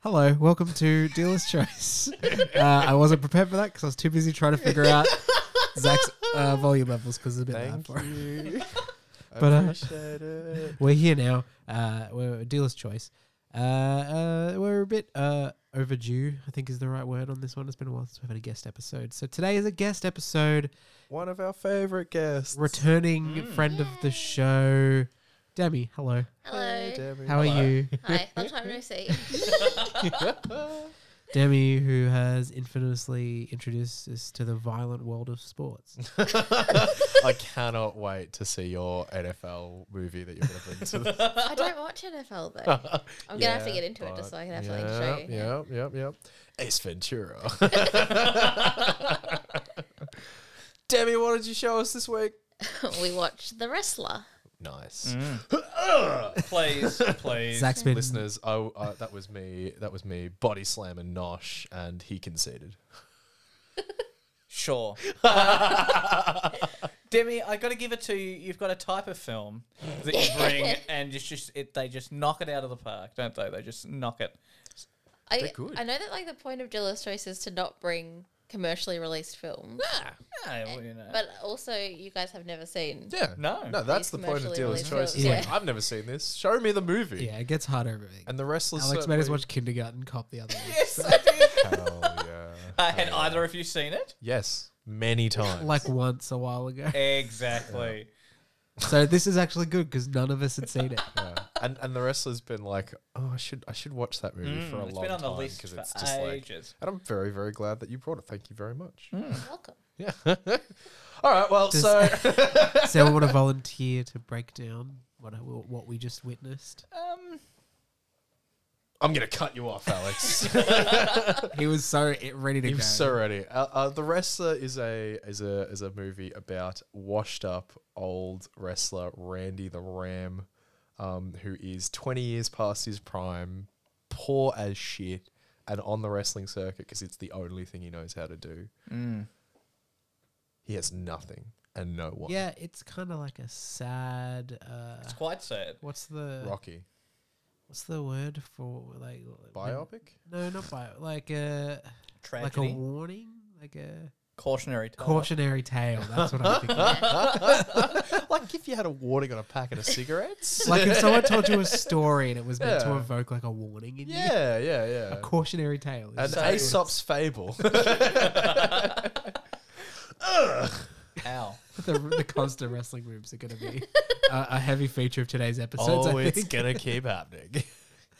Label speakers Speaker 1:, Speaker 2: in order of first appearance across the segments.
Speaker 1: Hello, welcome to Dealer's Choice. Uh, I wasn't prepared for that because I was too busy trying to figure out Zach's uh, volume levels because it's a bit loud
Speaker 2: Thank
Speaker 1: for him.
Speaker 2: you. I
Speaker 1: But, uh,
Speaker 2: appreciate it.
Speaker 1: We're here now. Uh, we're Dealer's Choice. Uh, uh, we're a bit uh, overdue, I think is the right word on this one. It's been a while since we've had a guest episode. So today is a guest episode,
Speaker 2: One of our favorite guests.
Speaker 1: returning
Speaker 3: Mm.
Speaker 1: friend of the show, Demi. Hello.
Speaker 2: Hey,
Speaker 3: Hello.
Speaker 2: Debbie.
Speaker 1: How
Speaker 3: Hello.
Speaker 1: are you?
Speaker 3: Hi. Long time no see.
Speaker 1: Demi, who has infamously introduced us to the violent world of sports.
Speaker 2: I cannot wait to see your NFL Oh, movie that you're going to bring to the.
Speaker 3: I don't watch NFL though. I'm gonna have to
Speaker 2: Yeah,
Speaker 3: get into it just so I can have something to show
Speaker 2: Yep,
Speaker 3: you.
Speaker 2: yep, yep, yep. Ace Ventura. Demi, what did you show us this week?
Speaker 3: we watched The Wrestler.
Speaker 2: Nice.
Speaker 1: Mm.
Speaker 4: please, please.
Speaker 1: Zach's been
Speaker 2: Listeners, I, I, that was me. That was me. Body slam and nosh, and he conceded.
Speaker 4: Sure. Demi, I got to give it to you. You've got a type of film that you bring, and it's just it, they just knock it out of the park, don't they? They just knock it.
Speaker 3: I
Speaker 2: They're good.
Speaker 3: I know that like the point of Dilla's choice is to not bring commercially released films,
Speaker 4: Yeah, well, you know.
Speaker 3: but also you guys have never seen.
Speaker 2: Yeah.
Speaker 4: No.
Speaker 2: No, that's the point of
Speaker 3: commercially
Speaker 2: dealer's choice.
Speaker 3: released films,
Speaker 2: It's like,
Speaker 3: yeah.
Speaker 2: I've never seen this. Show me the movie.
Speaker 1: Yeah, it gets harder every week.
Speaker 2: And the wrestlers.
Speaker 1: Alex made us
Speaker 2: certainly-
Speaker 1: watch Kindergarten Cop the other week.
Speaker 4: yes, I did.
Speaker 2: Hell yeah.
Speaker 4: Uh, had either of you seen it?
Speaker 2: Yes, many times.
Speaker 1: Like once a while ago.
Speaker 4: Exactly.
Speaker 1: So this is actually good because none of us had seen it.
Speaker 2: Yeah. and and the wrestler's been like, oh, I should I should watch that movie for a
Speaker 4: Mm. it's
Speaker 2: long
Speaker 4: been on the
Speaker 2: time
Speaker 4: list
Speaker 2: because
Speaker 4: for
Speaker 2: it's just like.
Speaker 4: ages. Mm.
Speaker 2: And I'm very very glad that you brought it. Thank you very much.
Speaker 3: Welcome.
Speaker 2: Yeah. All right. Well,
Speaker 1: Does-
Speaker 2: so
Speaker 1: Does anyone want to volunteer to break down what I- what we just witnessed?
Speaker 4: Um,
Speaker 2: I'm gonna cut you off, Alex.
Speaker 1: He was so i- ready to
Speaker 2: You're
Speaker 1: go.
Speaker 2: so ready. Uh, uh, the wrestler is a is a is a movie about washed up old wrestler Randy the Ram, um, who is 20 years past his prime, poor as shit, and on the wrestling circuit because it's the only thing he knows how to do. He has nothing and no one.
Speaker 1: yeah, it's kind of like a sad. Uh,
Speaker 4: it's quite sad.
Speaker 1: what's the
Speaker 2: Rocky
Speaker 1: what's the word for like
Speaker 2: biopic.
Speaker 1: No, not bio. Like a like a
Speaker 4: Tragedy.
Speaker 1: warning, like a
Speaker 4: cautionary tale.
Speaker 1: cautionary tale. That's what I'm thinking.
Speaker 2: like if you had a warning on a packet of cigarettes.
Speaker 1: like if someone told you a story and it was meant to
Speaker 2: Yeah.
Speaker 1: evoke like a warning in you.
Speaker 2: yeah, yeah, yeah.
Speaker 1: A cautionary tale. is
Speaker 2: An
Speaker 1: just-
Speaker 2: Aesop's fable.
Speaker 4: Ow.
Speaker 1: the, the constant wrestling rooms are going to be a, a heavy feature of today's episodes.
Speaker 2: oh,
Speaker 1: I
Speaker 2: it's
Speaker 1: think.
Speaker 2: gonna keep happening.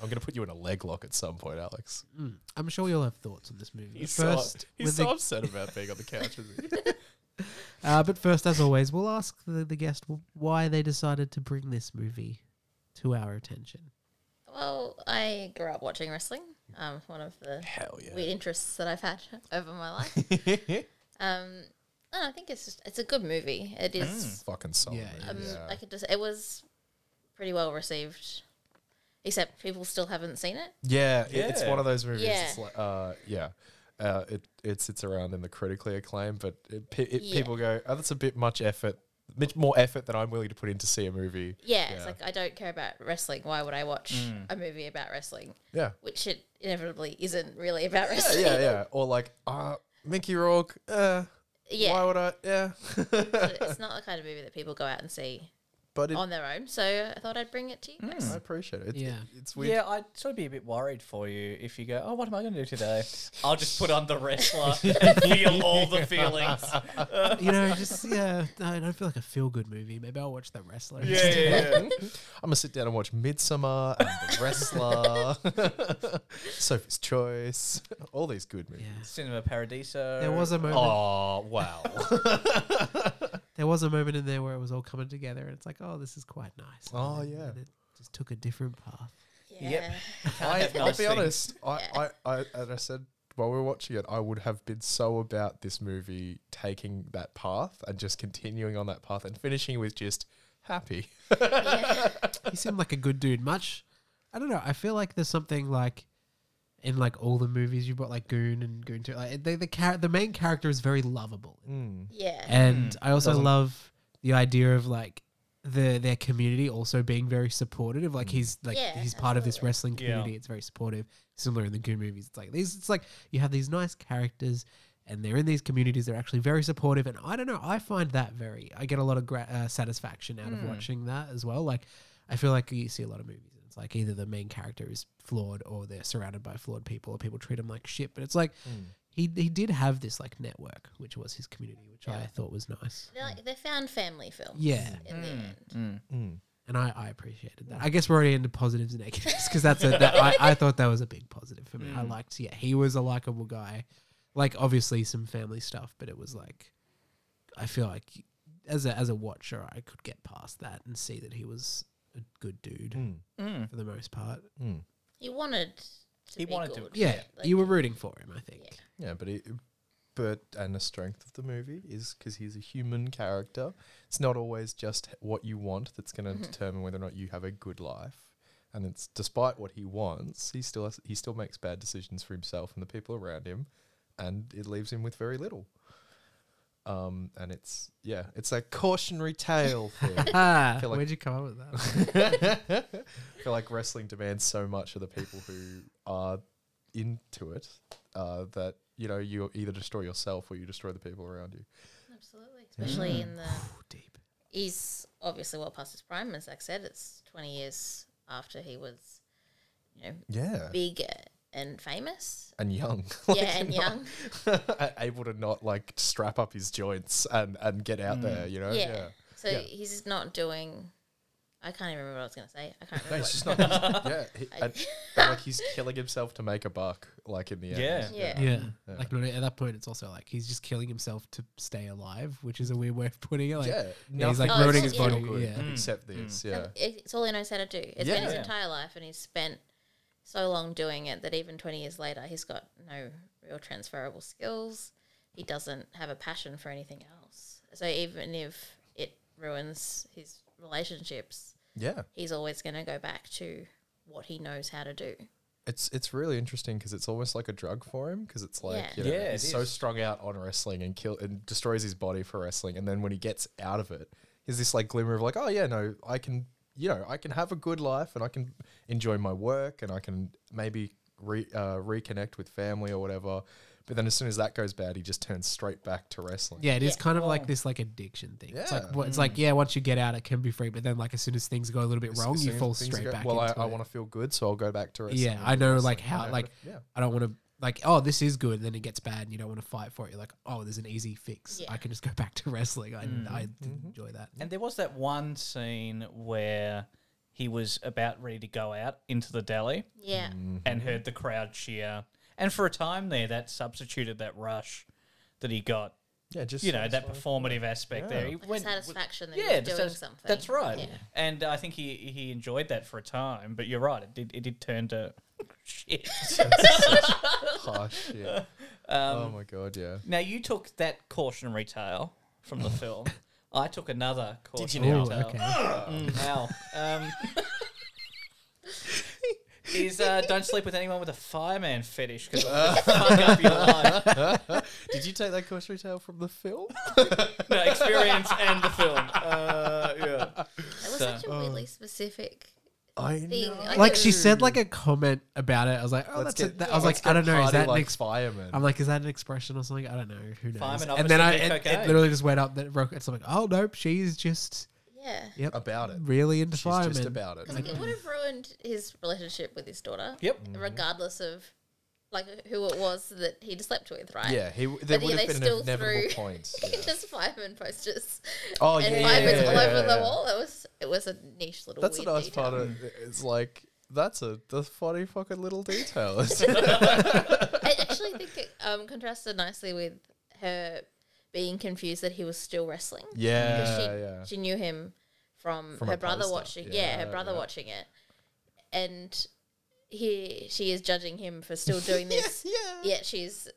Speaker 2: I'm gonna put you in a leg lock at some point, Alex.
Speaker 1: Mm. I'm sure you'll have thoughts on this movie.
Speaker 2: He's
Speaker 1: first,
Speaker 2: so, he's
Speaker 1: with
Speaker 2: so
Speaker 1: the-
Speaker 2: upset about being on the couch with me.
Speaker 1: uh, but first, as always, we'll ask the, the guest w- why they decided to bring this movie to our attention.
Speaker 3: Well, I grew up watching wrestling. Um, one of the
Speaker 2: Hell yeah.
Speaker 3: weird interests that I've had over my life. um, and I think it's just, it's a good movie. It is
Speaker 2: Fucking solid.
Speaker 1: Yeah,
Speaker 2: Yeah,
Speaker 3: Um, I could just. It was pretty well received, except people still haven't seen it.
Speaker 2: yeah, it- it's
Speaker 4: Yeah.
Speaker 2: one of those movies.
Speaker 3: Yeah.
Speaker 2: It's like, uh, yeah. Uh, it it sits around in the critically acclaimed, but it, pe- it,
Speaker 3: Yeah.
Speaker 2: people go, "Oh, that's a bit much effort, much more effort than I'm willing to put in to see a movie."
Speaker 3: Yeah,
Speaker 2: Yeah.
Speaker 3: it's like I don't care about wrestling. Why would I watch a movie about wrestling?
Speaker 2: Yeah,
Speaker 3: Which it inevitably isn't really about
Speaker 2: yeah,
Speaker 3: wrestling.
Speaker 2: yeah, yeah. Or like, uh, Mickey Rourke. Uh,
Speaker 3: Yeah.
Speaker 2: Why would I? Yeah.
Speaker 3: But it's not the kind of movie that people go out and see
Speaker 2: but it,
Speaker 3: on their own. So I thought I'd bring it to you. guys.
Speaker 2: I appreciate it. It's,
Speaker 1: Yeah.
Speaker 2: it's weird.
Speaker 4: Yeah, I'd sort of be a bit worried for you if you go, oh, what am I going to do today? I'll just put on the wrestler and feel all the feelings.
Speaker 1: You know, just yeah, no, I don't feel like a feel good movie. Maybe I'll watch The Wrestler.
Speaker 4: yeah, yeah, yeah.
Speaker 2: I'm gonna sit down and watch Midsummer and The Wrestler, Sophie's Choice, all these good movies.
Speaker 1: Yeah.
Speaker 4: Cinema Paradiso.
Speaker 1: There was a moment.
Speaker 2: Oh wow!
Speaker 1: There was a moment in there where it was all coming together, and it's like, oh, this is quite nice. And
Speaker 2: Oh,
Speaker 1: then-
Speaker 2: yeah.
Speaker 1: and it just took a different path.
Speaker 3: Yeah.
Speaker 4: Yep.
Speaker 2: I, I'll
Speaker 4: Nice
Speaker 2: be
Speaker 4: things.
Speaker 2: honest. I,
Speaker 3: Yeah.
Speaker 2: I, I, as I said while we were watching it, I would have been so about this movie taking that path and just continuing on that path and finishing with just happy.
Speaker 3: yeah.
Speaker 1: he seemed like a good dude. Much, I don't know. I feel like there's something like in like all the movies you brought, like Goon and Goon Two. Like they, the char- the main
Speaker 3: Mm,
Speaker 1: character is very lovable,
Speaker 3: Yeah.
Speaker 1: and I also love the idea of like the their community also being very supportive. Of, like he's like
Speaker 3: Yeah,
Speaker 1: he's part of this
Speaker 3: absolutely.
Speaker 1: wrestling
Speaker 4: Yeah.
Speaker 1: community. It's very supportive. Similar in the Goon movies, it's like these. It's like you have these nice characters, and they're in these communities. They're actually very supportive, and I don't know. I find that very. I get a lot of gra- uh, satisfaction out of watching that as well. Like I feel like you see a lot of movies. and It's like either the main character is flawed, or they're surrounded by flawed people, or people treat him like shit. But it's like he he did have this like network, which was his community, which I thought was nice.
Speaker 3: They're, like, they found family films.
Speaker 1: Yeah.
Speaker 3: In the end.
Speaker 4: Mm.
Speaker 3: mm.
Speaker 1: and I, I appreciated that. I guess we're already into positives and negatives because that's a, that I, I thought that was a big positive for me. I liked, yeah, he was a likable guy. Like obviously some family stuff, but it was like, I feel like as a as a watcher, I could get past that and see that he was a good dude for the most part.
Speaker 3: He wanted. To
Speaker 4: He
Speaker 3: be
Speaker 4: wanted to-
Speaker 3: good.
Speaker 1: Yeah,
Speaker 3: Like,
Speaker 1: you were rooting for him, I think.
Speaker 2: Yeah, but it, but and the strength of the movie is because he's a human character. It's not always just what you want that's going to determine whether or not you have a good life. And it's despite what he wants, he still has, he still makes bad decisions for himself and the people around him, and it leaves him with very little. Um, and it's yeah, it's a cautionary tale. thing.
Speaker 1: Ah,
Speaker 2: Feel like-
Speaker 1: where'd you come up with that?
Speaker 2: I feel like wrestling demands so much of the people who are into it uh, that you know you either destroy yourself or you destroy the people around you.
Speaker 3: Absolutely. Especially in the.
Speaker 1: Oh, deep.
Speaker 3: He's obviously well past his prime, as Zach said. It's 20 years after he was, you know,
Speaker 2: Yeah,
Speaker 3: big and famous.
Speaker 2: and young.
Speaker 3: yeah, and young.
Speaker 2: young, able to not like strap up his joints and and get out there. You know.
Speaker 3: yeah.
Speaker 2: Oh, Yeah.
Speaker 3: So
Speaker 2: Yeah.
Speaker 3: he's not doing. I can't even remember what I was going to say. I can't
Speaker 2: No,
Speaker 3: remember.
Speaker 2: he's
Speaker 3: what-
Speaker 2: just not. yeah, he- and- and, like he's killing himself to make a buck. Like in the end.
Speaker 4: Yeah.
Speaker 3: yeah.
Speaker 1: Yeah. Like no, no, at that point, it's also like he's just killing himself to stay alive, which is a weird way of putting it. Like,
Speaker 2: Yeah,
Speaker 1: Yeah, he's, like,
Speaker 2: nothing
Speaker 3: ruining
Speaker 2: is
Speaker 3: his body,
Speaker 2: feel good
Speaker 1: yeah.
Speaker 2: Except this, yeah.
Speaker 3: And Um, it- It's all he knows how to do. It's been his
Speaker 4: Yeah.
Speaker 3: entire life, and he's spent so long doing it that even 20 years later, he's got no real transferable skills. He doesn't have a passion for anything else. So even if it ruins his relationships,
Speaker 2: Yeah.
Speaker 3: he's always going to go back to what he knows how to do.
Speaker 2: It's it's really interesting because it's almost like a drug for him because it's like
Speaker 3: Yeah.
Speaker 2: you know,
Speaker 4: Yeah,
Speaker 2: he's
Speaker 4: it
Speaker 2: so
Speaker 4: is.
Speaker 2: strung out on wrestling and kill and destroys his body for wrestling and then when he gets out of it is this like glimmer of like oh yeah no I can you know I can have a good life and I can enjoy my work and I can maybe re, uh, reconnect with family or whatever but then as soon as that goes bad he just turns straight back to wrestling
Speaker 1: Yeah, it is
Speaker 3: Yeah.
Speaker 1: kind of like this like addiction thing. It's like
Speaker 2: Yeah.
Speaker 1: what it's like yeah, once you get out, it can be free, but then like as soon as things go a little bit
Speaker 2: As-
Speaker 1: wrong,
Speaker 2: as
Speaker 1: you
Speaker 2: soon as
Speaker 1: fall
Speaker 2: things
Speaker 1: oh, straight
Speaker 2: go-
Speaker 1: back.
Speaker 2: well I,
Speaker 1: into
Speaker 2: I
Speaker 1: it.
Speaker 2: want to feel good so I'll go back to wrestling
Speaker 1: Yeah,
Speaker 2: and
Speaker 1: I
Speaker 2: do
Speaker 1: know
Speaker 2: wrestling.
Speaker 1: like
Speaker 2: I
Speaker 1: how
Speaker 2: know,
Speaker 1: like
Speaker 2: but- yeah.
Speaker 1: I don't want to like oh this is good, and then it gets bad, and you don't want to fight for it. You're like oh there's an easy fix.
Speaker 3: Yeah.
Speaker 1: I can just go back to wrestling. I I didn't
Speaker 2: Mm-hmm.
Speaker 1: enjoy that.
Speaker 4: And there was that one scene where he was about ready to go out into the deli
Speaker 3: Yeah.
Speaker 2: Mm. Mm-hmm.
Speaker 4: and heard the crowd cheer. And for a time there, that substituted that rush that he got.
Speaker 2: yeah just
Speaker 4: You know,
Speaker 2: like-
Speaker 4: that performative aspect there. He
Speaker 3: Like
Speaker 4: went-
Speaker 3: satisfaction that
Speaker 4: yeah,
Speaker 3: he's
Speaker 4: the
Speaker 3: doing
Speaker 4: satis-
Speaker 3: something.
Speaker 4: That's right.
Speaker 3: Yeah.
Speaker 4: And I think he he enjoyed that for a time. But you're right; it did it did turn to shit.
Speaker 2: harsh yeah.
Speaker 1: Um,
Speaker 2: oh my god yeah
Speaker 4: now you took that cautionary tale from the film. I took another cautionary
Speaker 1: Ooh,
Speaker 4: tale.
Speaker 1: okay.
Speaker 4: Mm, ow. Um, is uh, don't sleep with anyone with a fireman fetish because fuck up your life.
Speaker 2: Did you take that cautionary tale from the film?
Speaker 4: No, experience and the film. Uh, yeah.
Speaker 3: It was such a
Speaker 2: um,
Speaker 3: weirdly specific
Speaker 2: I
Speaker 3: thing. I
Speaker 1: Like
Speaker 3: couldn't-
Speaker 1: she said like a comment about it. I was like oh that's a, that, I was like I don't know is that an
Speaker 2: like
Speaker 1: ex-
Speaker 2: fireman?
Speaker 1: I'm like, is that an expression or something? I don't know. Who knows?
Speaker 4: Fireman
Speaker 1: and then I
Speaker 4: obviously
Speaker 1: it,
Speaker 4: did
Speaker 1: it
Speaker 4: cocaine.
Speaker 1: literally just went up that rock. It's like, oh nope, she's just
Speaker 3: Yeah.
Speaker 1: yep
Speaker 2: about it.
Speaker 1: really into
Speaker 2: She's
Speaker 1: firemen.
Speaker 2: just about it.
Speaker 3: Because it would have ruined his relationship with his daughter.
Speaker 4: Yep.
Speaker 2: Mm-hmm.
Speaker 3: Regardless of like who it was that he'd slept with, right?
Speaker 2: Yeah, he. w- There
Speaker 3: But yeah,
Speaker 2: would
Speaker 3: they
Speaker 2: have been an
Speaker 3: still
Speaker 2: inevitable
Speaker 3: threw-
Speaker 2: point. yeah.
Speaker 3: Just fireman posters.
Speaker 2: Oh
Speaker 3: and
Speaker 2: yeah, yeah,
Speaker 3: fireman's
Speaker 2: yeah,
Speaker 3: all
Speaker 2: yeah,
Speaker 3: over
Speaker 2: yeah.
Speaker 3: the wall. It was it was a niche little
Speaker 2: That's a
Speaker 3: weird
Speaker 2: nice
Speaker 3: detail.
Speaker 2: part of it. It's like that's a the funny fucking little detail.
Speaker 3: I actually think it um, contrasted nicely with her being confused that he was still wrestling.
Speaker 2: yeah,
Speaker 3: she,
Speaker 2: yeah.
Speaker 3: she knew him from,
Speaker 2: From
Speaker 3: her
Speaker 2: a
Speaker 3: brother
Speaker 2: poster.
Speaker 3: watching. Yeah,
Speaker 2: Yeah,
Speaker 3: her brother
Speaker 2: yeah.
Speaker 3: watching it, and he she is judging him for still doing this.
Speaker 2: yeah.
Speaker 3: Yet she's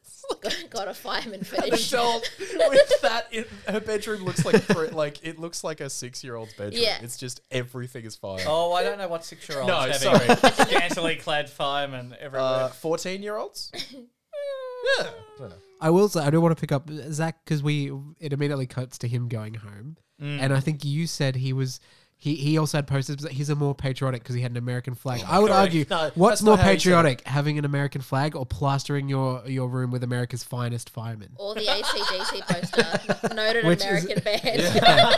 Speaker 3: got a fireman fetish.
Speaker 2: Adult with that, in, her bedroom looks like fr- like it looks like a six year old's bedroom.
Speaker 3: Yeah.
Speaker 2: It's just everything is fine.
Speaker 4: Oh, I don't know what six-year-olds
Speaker 2: No,
Speaker 4: having
Speaker 2: sorry.
Speaker 4: scantily clad firemen everywhere.
Speaker 2: Uh, 14 year olds? Yeah. No, no.
Speaker 1: I will say I don't want to pick up Zach because we it immediately cuts to him going home,
Speaker 2: Mm.
Speaker 1: and I think you said he was. He, he also had posters, but he's a more patriotic because he had an American flag. I would
Speaker 4: Correct.
Speaker 1: argue,
Speaker 2: Oh No,
Speaker 1: what's
Speaker 2: that's not
Speaker 1: more
Speaker 2: how he said it.
Speaker 1: patriotic, having an American flag or plastering your, your room with America's finest firemen?
Speaker 3: Or the ACDC poster, noted
Speaker 1: Which is-
Speaker 3: American band.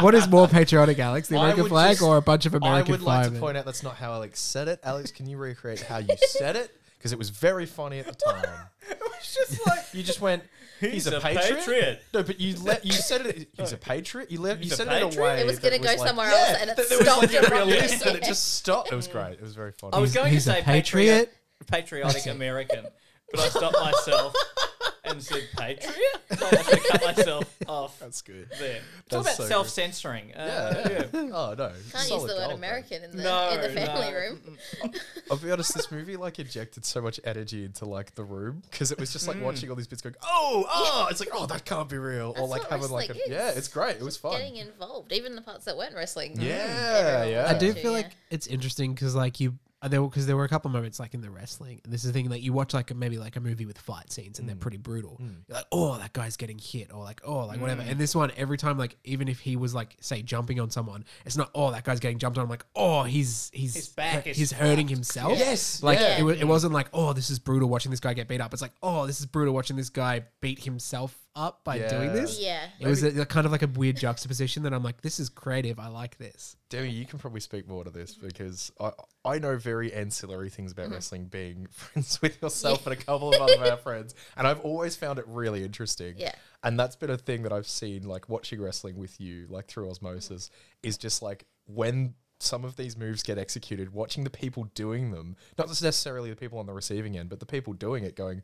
Speaker 1: what is more patriotic, Alex, the
Speaker 2: I
Speaker 1: American
Speaker 2: would
Speaker 1: flag
Speaker 2: just-
Speaker 1: or a bunch of
Speaker 2: I
Speaker 1: American eh?
Speaker 2: would like
Speaker 1: firemen?
Speaker 2: to point out that's not how Alex said it. Alex, can you recreate how you said it? Because it was very funny at the time.
Speaker 4: It was just like
Speaker 2: You just went. He's, a, patriot? No, but you let you said it. He's a patriot. You let you
Speaker 4: He's a
Speaker 2: said it in a
Speaker 4: patriot?
Speaker 2: way.
Speaker 3: It was
Speaker 2: that
Speaker 3: gonna go
Speaker 2: like-
Speaker 3: somewhere
Speaker 2: Yeah,
Speaker 3: else and it
Speaker 2: that there was
Speaker 3: stopped
Speaker 2: like a
Speaker 3: abruptly.
Speaker 2: realist and it just stopped. It was great. It was very funny.
Speaker 4: I was going
Speaker 1: he's
Speaker 4: to
Speaker 1: a
Speaker 4: say
Speaker 1: patriot.
Speaker 4: patriot, patriotic American, but I stopped myself and said patriot. So I had to cut myself off
Speaker 2: That's good.
Speaker 4: there. It's all
Speaker 2: That's
Speaker 4: about
Speaker 2: so good.
Speaker 4: self-censoring. Uh, yeah.
Speaker 2: Yeah. Oh no.
Speaker 3: Can't use
Speaker 2: solid
Speaker 3: the word
Speaker 2: gold, though.
Speaker 3: American in the,
Speaker 4: No,
Speaker 3: in the family
Speaker 4: no.
Speaker 3: room.
Speaker 2: I'll be honest, this movie like injected so much energy into like the room because it was just like watching all these bits going, oh, oh, it's like, oh, that can't be real, or
Speaker 3: That's
Speaker 2: like
Speaker 3: what
Speaker 2: having like, a,
Speaker 3: wrestling
Speaker 2: yeah,
Speaker 3: is.
Speaker 2: it's great, it was fun.
Speaker 3: Getting involved, even the parts that weren't wrestling.
Speaker 2: Yeah,
Speaker 3: Everyone
Speaker 2: yeah.
Speaker 1: I do
Speaker 3: wanted to,
Speaker 1: feel
Speaker 3: yeah.
Speaker 1: like it's interesting because like you uh, there because there were a couple moments like in the wrestling. and This is the thing like you watch like maybe like a movie with fight scenes
Speaker 2: Mm.
Speaker 1: and they're pretty brutal. You're like, oh, that guy's getting hit, or like, oh, like
Speaker 2: Mm.
Speaker 1: whatever. And this one, every time like even if he was like say jumping on someone, it's not oh that guy's getting jumped on. I'm like oh he's he's
Speaker 4: His back is
Speaker 1: he's hurting himself.
Speaker 2: Yes,
Speaker 1: like
Speaker 2: yeah.
Speaker 1: it, wa- it wasn't like oh this is brutal watching this guy get beat up. It's like oh this is brutal watching this guy beat himself up by doing
Speaker 2: Yeah.
Speaker 1: this.
Speaker 3: Yeah.
Speaker 1: It was a, a kind of like a weird juxtaposition that I'm like, this is creative. I like this.
Speaker 2: Demi, you can probably speak more to this because I I know very ancillary things about
Speaker 3: Mm-hmm.
Speaker 2: wrestling, being friends with yourself and a couple of other of our friends, and I've always found it really interesting.
Speaker 3: Yeah.
Speaker 2: and that's been a thing that I've seen like watching wrestling with you, like through osmosis, is just like when some of these moves get executed, watching the people doing them, not just necessarily the people on the receiving end, but the people doing it, going.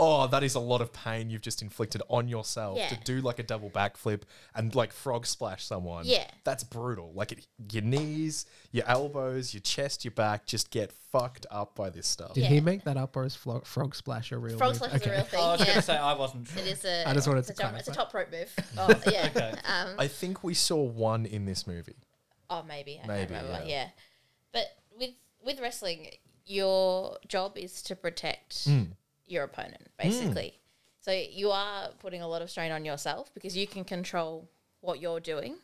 Speaker 2: Oh, that is a lot of pain you've just inflicted on yourself to
Speaker 3: Yeah.
Speaker 2: do like a double backflip and like frog splash someone
Speaker 3: Yeah.
Speaker 2: that's brutal. Like it, your knees, your elbows, your chest, your back just get fucked up by this stuff.
Speaker 1: Did
Speaker 3: Yeah.
Speaker 1: he make that up or is flo- Frog Splash a real
Speaker 3: Frog
Speaker 1: move?
Speaker 3: slash is a real
Speaker 2: Oh,
Speaker 3: thing.
Speaker 4: I was
Speaker 3: yeah.
Speaker 4: going to say I wasn't sure.
Speaker 3: It is a.
Speaker 1: I just wanted
Speaker 3: it's
Speaker 1: to
Speaker 3: a top, it's a
Speaker 1: clarify.
Speaker 3: top rope move. Oh yeah. Um,
Speaker 2: I think we saw one in this movie.
Speaker 3: oh maybe. I
Speaker 2: Maybe,
Speaker 3: Can't remember.
Speaker 2: yeah.
Speaker 3: Yeah. But with with wrestling, your job is to protect
Speaker 2: Hmm.
Speaker 3: your opponent basically. So you are putting a lot of strain on yourself because you can control what you're doing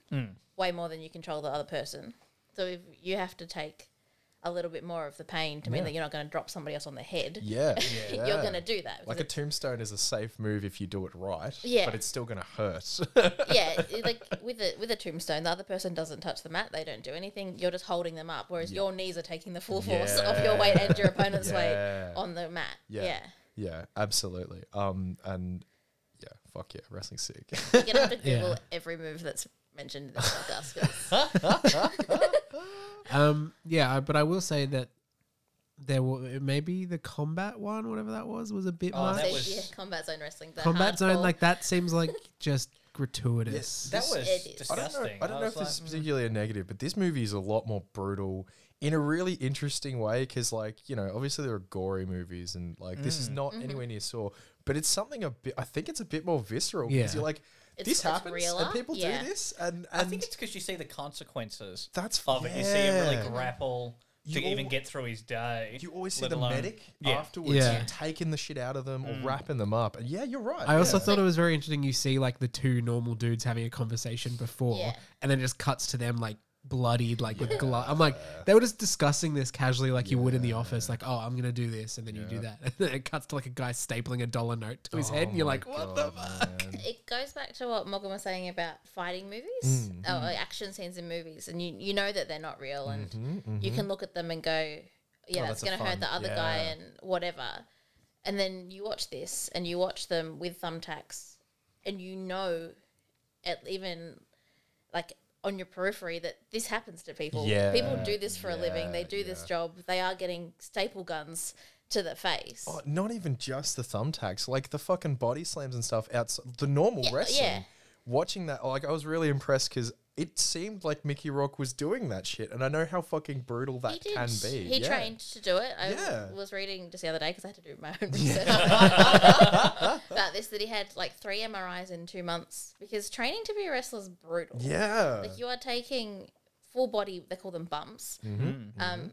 Speaker 3: way more than you control the other person. So if you have to take a little bit more of the pain to mean
Speaker 2: Yeah.
Speaker 3: that you're not going to drop somebody else on the head.
Speaker 2: Yeah.
Speaker 3: You're going to do that.
Speaker 2: Like a tombstone is a safe move if you do it right.
Speaker 3: Yeah.
Speaker 2: But it's still going to hurt.
Speaker 3: yeah, it- like with a with a tombstone, the other person doesn't touch the mat; they don't do anything. You're just holding them up, whereas your knees are taking the full force of your weight and your opponent's
Speaker 2: Yeah.
Speaker 3: weight on the mat.
Speaker 2: Yeah.
Speaker 3: Yeah,
Speaker 2: yeah, absolutely. Um, and yeah, fuck yeah, wrestling's sick.
Speaker 3: you're gonna have to Google
Speaker 1: Yeah.
Speaker 3: every move that's mentioned in the podcast. 'cause-
Speaker 1: Um, yeah, I- but I will say that there were maybe the combat one, whatever that was, was a bit
Speaker 4: Oh,
Speaker 1: much.
Speaker 4: that
Speaker 3: so,
Speaker 4: was-
Speaker 3: yeah, combat zone wrestling. the
Speaker 1: combat zone
Speaker 3: hardcore-
Speaker 1: like that seems like just gratuitous.
Speaker 4: That was
Speaker 3: It is.
Speaker 2: I don't know,
Speaker 4: disgusting.
Speaker 2: I don't know
Speaker 4: was
Speaker 2: if this is
Speaker 4: like,
Speaker 2: particularly a negative, but this movie is a lot more brutal in a really interesting way because, like, you know, obviously there are gory movies and, like, this is
Speaker 3: Mm-hmm.
Speaker 2: not anywhere near Saw, but it's something a bit, I think it's a bit more visceral because
Speaker 1: Yeah.
Speaker 2: you're like,
Speaker 3: It's-
Speaker 2: this
Speaker 3: it's
Speaker 2: happens
Speaker 3: realer,
Speaker 2: and people
Speaker 3: yeah.
Speaker 2: do this and,
Speaker 4: I
Speaker 2: and
Speaker 4: think it's because you see the consequences
Speaker 2: That's-
Speaker 4: of it. You see him
Speaker 2: yeah.
Speaker 4: really grapple to
Speaker 2: You
Speaker 4: even
Speaker 2: al-
Speaker 4: get through his day.
Speaker 2: you always see
Speaker 4: let
Speaker 2: the
Speaker 4: alone-
Speaker 2: medic
Speaker 4: Yeah.
Speaker 2: afterwards
Speaker 1: Yeah.
Speaker 2: like, taking the shit out of them or wrapping them up. And yeah, you're right.
Speaker 1: I also
Speaker 2: yeah.
Speaker 1: thought it was very interesting. You see like the two normal dudes having a conversation before,
Speaker 3: Yeah.
Speaker 1: and then it just cuts to them like bloodied, like with glove. I'm like, they were just discussing this casually, like you would in the office, like, oh, I'm gonna do this, and then you do that, and then it cuts to like a guy stapling a dollar note to his head,
Speaker 2: Oh
Speaker 1: and you're like, what the fuck?
Speaker 3: It goes back to what Morgan was saying about fighting movies
Speaker 2: Mm-hmm.
Speaker 3: or like, action scenes in movies, and you you know that they're not real, and you can look at them and go, "Yeah,
Speaker 2: Mm-hmm, Oh,
Speaker 3: that's,
Speaker 2: that's a
Speaker 3: going to
Speaker 2: fun-
Speaker 3: hurt the other guy,"
Speaker 2: yeah.
Speaker 3: and whatever. And then you watch this, and you watch them with thumbtacks, and you know, at even like on your periphery that this happens to people.
Speaker 2: Yeah,
Speaker 3: people do this for a living. They
Speaker 2: yeah,
Speaker 3: do this
Speaker 2: yeah.
Speaker 3: job. They are getting staple guns to the face.
Speaker 2: Oh, not even just the thumbtacks, like the fucking body slams and stuff outside the normal
Speaker 3: Yeah, oh,
Speaker 2: wrestling.
Speaker 3: yeah.
Speaker 2: Watching that, like I was really impressed because it seemed like Mickey Rock was doing that shit, and I know how fucking brutal that can be.
Speaker 3: He
Speaker 2: yeah.
Speaker 3: trained to do it. I
Speaker 2: Yeah.
Speaker 3: was reading just the other day because I had to do my own research about this that he had like three MRIs in two months because training to be a wrestler is brutal.
Speaker 2: Yeah.
Speaker 3: Like you are taking
Speaker 2: Mm-hmm.
Speaker 3: full body, they call them bumps. Um,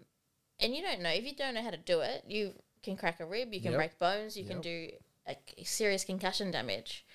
Speaker 3: and you don't know if you don't know how to do it. You can crack a rib, you can
Speaker 2: Yep.
Speaker 3: break bones, you can
Speaker 2: Yep.
Speaker 3: do like serious concussion damage.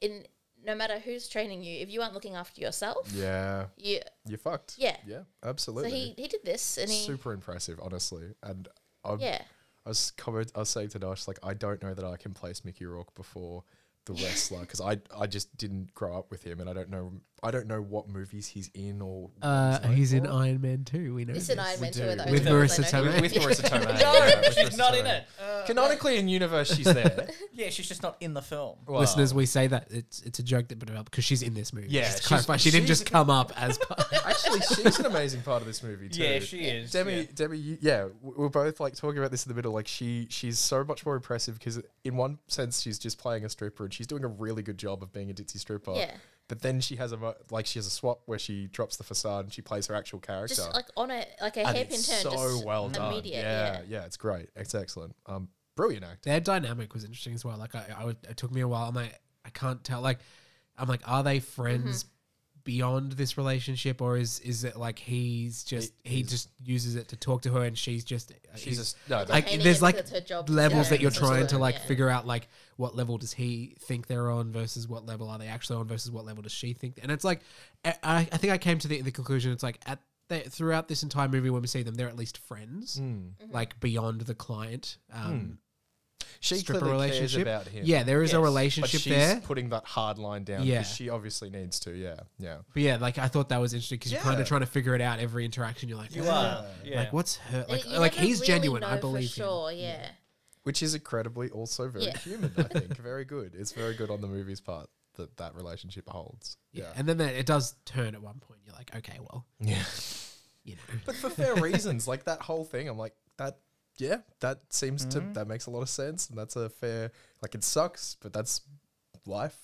Speaker 3: In no matter who's training you, if you aren't looking after yourself,
Speaker 2: Yeah,
Speaker 3: you
Speaker 2: you're fucked.
Speaker 3: Yeah.
Speaker 2: yeah,
Speaker 3: so
Speaker 2: absolutely.
Speaker 3: he, he did this and he
Speaker 2: Super impressive, honestly. And I'm,
Speaker 3: yeah.
Speaker 2: I was comment, I was saying to Nosh, like, I don't know that I can place Mickey Rourke before the wrestler because I, I just didn't grow up with him, and I don't know, I don't know what movies he's in or.
Speaker 1: Uh,
Speaker 2: known
Speaker 1: he's in
Speaker 2: for.
Speaker 1: Iron Man 2, we know.
Speaker 3: It's an
Speaker 1: this.
Speaker 3: Iron
Speaker 2: We
Speaker 3: Man
Speaker 2: do.
Speaker 3: two of those.
Speaker 1: With
Speaker 3: because I
Speaker 1: Marissa
Speaker 3: know
Speaker 1: Tomei.
Speaker 3: who-
Speaker 4: With Marissa Tomei.
Speaker 3: No.
Speaker 2: Yeah, eh? with
Speaker 4: she's
Speaker 2: Marissa
Speaker 4: not in
Speaker 2: Tomei.
Speaker 4: it. Uh,
Speaker 2: Canonically in universe, she's there.
Speaker 4: yeah, she's just not in the film.
Speaker 2: Well,
Speaker 1: Listeners, we say that it's it's a joke that put her up because she's in this movie.
Speaker 2: Yeah,
Speaker 1: Just to clarify,
Speaker 2: she's-
Speaker 1: she didn't
Speaker 2: she's-
Speaker 1: just come up as.
Speaker 2: actually, she's an amazing part of this movie too.
Speaker 4: Yeah, she is.
Speaker 2: Demi,
Speaker 4: yeah.
Speaker 2: Demi, you, yeah, w- we're both like talking about this in the middle. Like she, she's so much more impressive because in one sense she's just playing a stripper and she's doing a really good job of being a ditzy stripper.
Speaker 3: Yeah.
Speaker 2: But then she has a mo- like she has a swap where she drops the facade and she plays her actual character.
Speaker 3: Just like on a like a
Speaker 2: and
Speaker 3: hairpin turn,
Speaker 2: it's so
Speaker 3: just
Speaker 2: well done.
Speaker 3: immediate.
Speaker 2: yeah,
Speaker 3: Yeah.
Speaker 2: yeah, it's great. It's excellent. Um, brilliant actor.
Speaker 1: Their dynamic was interesting as well. Like, I, I would, it took me a while. I'm like, I can't tell. Like, I'm like, are they friends
Speaker 3: Mm-hmm.
Speaker 1: beyond this relationship, or is is it like he's just
Speaker 2: It
Speaker 1: he
Speaker 2: is.
Speaker 1: just uses it to talk to her, and she's just uh, he's-
Speaker 2: a no.
Speaker 1: like
Speaker 3: Entertaining
Speaker 1: there's
Speaker 3: it
Speaker 1: like
Speaker 3: because it's her job to
Speaker 1: levels that
Speaker 3: learn
Speaker 1: you're
Speaker 3: to
Speaker 1: trying to
Speaker 3: learn,
Speaker 1: like
Speaker 3: yeah.
Speaker 1: figure out like what level does he think they're on versus what level are they actually on versus what level does she think and it's like I, I I think I came to the, the conclusion it's like at the, throughout this entire movie when we see them they're at least friends
Speaker 3: Mm-hmm.
Speaker 1: like beyond the client um
Speaker 2: she
Speaker 1: stripper
Speaker 2: clearly
Speaker 1: relationship
Speaker 2: cares about him.
Speaker 1: yeah there is a
Speaker 4: Yes. But
Speaker 2: but
Speaker 1: relationship
Speaker 2: she's
Speaker 1: there
Speaker 2: putting that hard line down
Speaker 1: Yeah.
Speaker 2: because she obviously needs to. Yeah, yeah.
Speaker 1: but yeah like I thought that was interesting because you're kind
Speaker 2: Yeah.
Speaker 1: of trying to figure it out every interaction you're like
Speaker 4: You
Speaker 1: "Wow."
Speaker 4: are. Yeah.
Speaker 1: like what's her
Speaker 3: And
Speaker 1: like
Speaker 3: you
Speaker 1: like
Speaker 3: never
Speaker 1: he's
Speaker 3: really
Speaker 1: genuine
Speaker 3: know
Speaker 1: I
Speaker 3: for
Speaker 1: believe him.
Speaker 3: sure. Yeah.
Speaker 2: which is incredibly also very
Speaker 3: Yeah.
Speaker 2: human. I think very good. It's very good on the movie's part that that relationship holds.
Speaker 1: yeah and then that, it does turn at one point you're like okay well
Speaker 2: yeah.
Speaker 1: you know
Speaker 2: but for fair reasons, like that whole thing, I'm like that. Yeah, that seems
Speaker 1: Mm-hmm.
Speaker 2: to that makes a lot of sense, and that's a fair. Like it sucks, but that's life.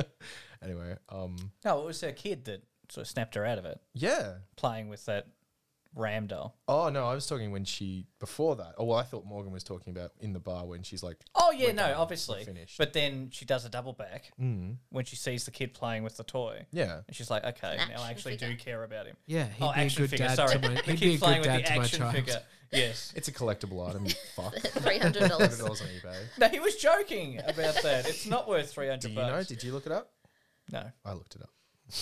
Speaker 2: anyway, um,
Speaker 4: No, it was her kid that sort of snapped her out of it,
Speaker 2: yeah.
Speaker 4: playing with that ram doll.
Speaker 2: Oh no, I was talking when she before that. Oh well, I thought Morgan was talking about in the bar when she's like,
Speaker 4: Oh yeah, no,
Speaker 2: done. We're
Speaker 4: obviously.
Speaker 2: finished.
Speaker 4: But then she does a double back
Speaker 2: mm,
Speaker 4: when she sees the kid playing with the toy,
Speaker 2: yeah,
Speaker 4: and she's like, "Okay,
Speaker 3: An
Speaker 4: now I
Speaker 3: action
Speaker 4: actually do
Speaker 3: figure.
Speaker 4: care about him."
Speaker 1: Yeah, he'd
Speaker 4: oh,
Speaker 1: be a
Speaker 4: action
Speaker 1: good
Speaker 4: figure.
Speaker 1: dad
Speaker 4: sorry,
Speaker 1: to my.
Speaker 4: the
Speaker 1: He'd be a
Speaker 4: kid
Speaker 1: good
Speaker 4: playing with
Speaker 1: dad
Speaker 4: the
Speaker 1: to my
Speaker 4: action
Speaker 1: child.
Speaker 4: figure. Yes.
Speaker 2: it's a collectible item. You fuck.
Speaker 3: Three hundred
Speaker 2: Hundred
Speaker 3: dollars.
Speaker 2: dollars on eBay.
Speaker 4: No, he was joking about that. It's not worth three
Speaker 2: Do
Speaker 4: hundred
Speaker 2: you know?
Speaker 4: bucks.
Speaker 2: Did you look it up?
Speaker 4: No.
Speaker 2: I looked it up.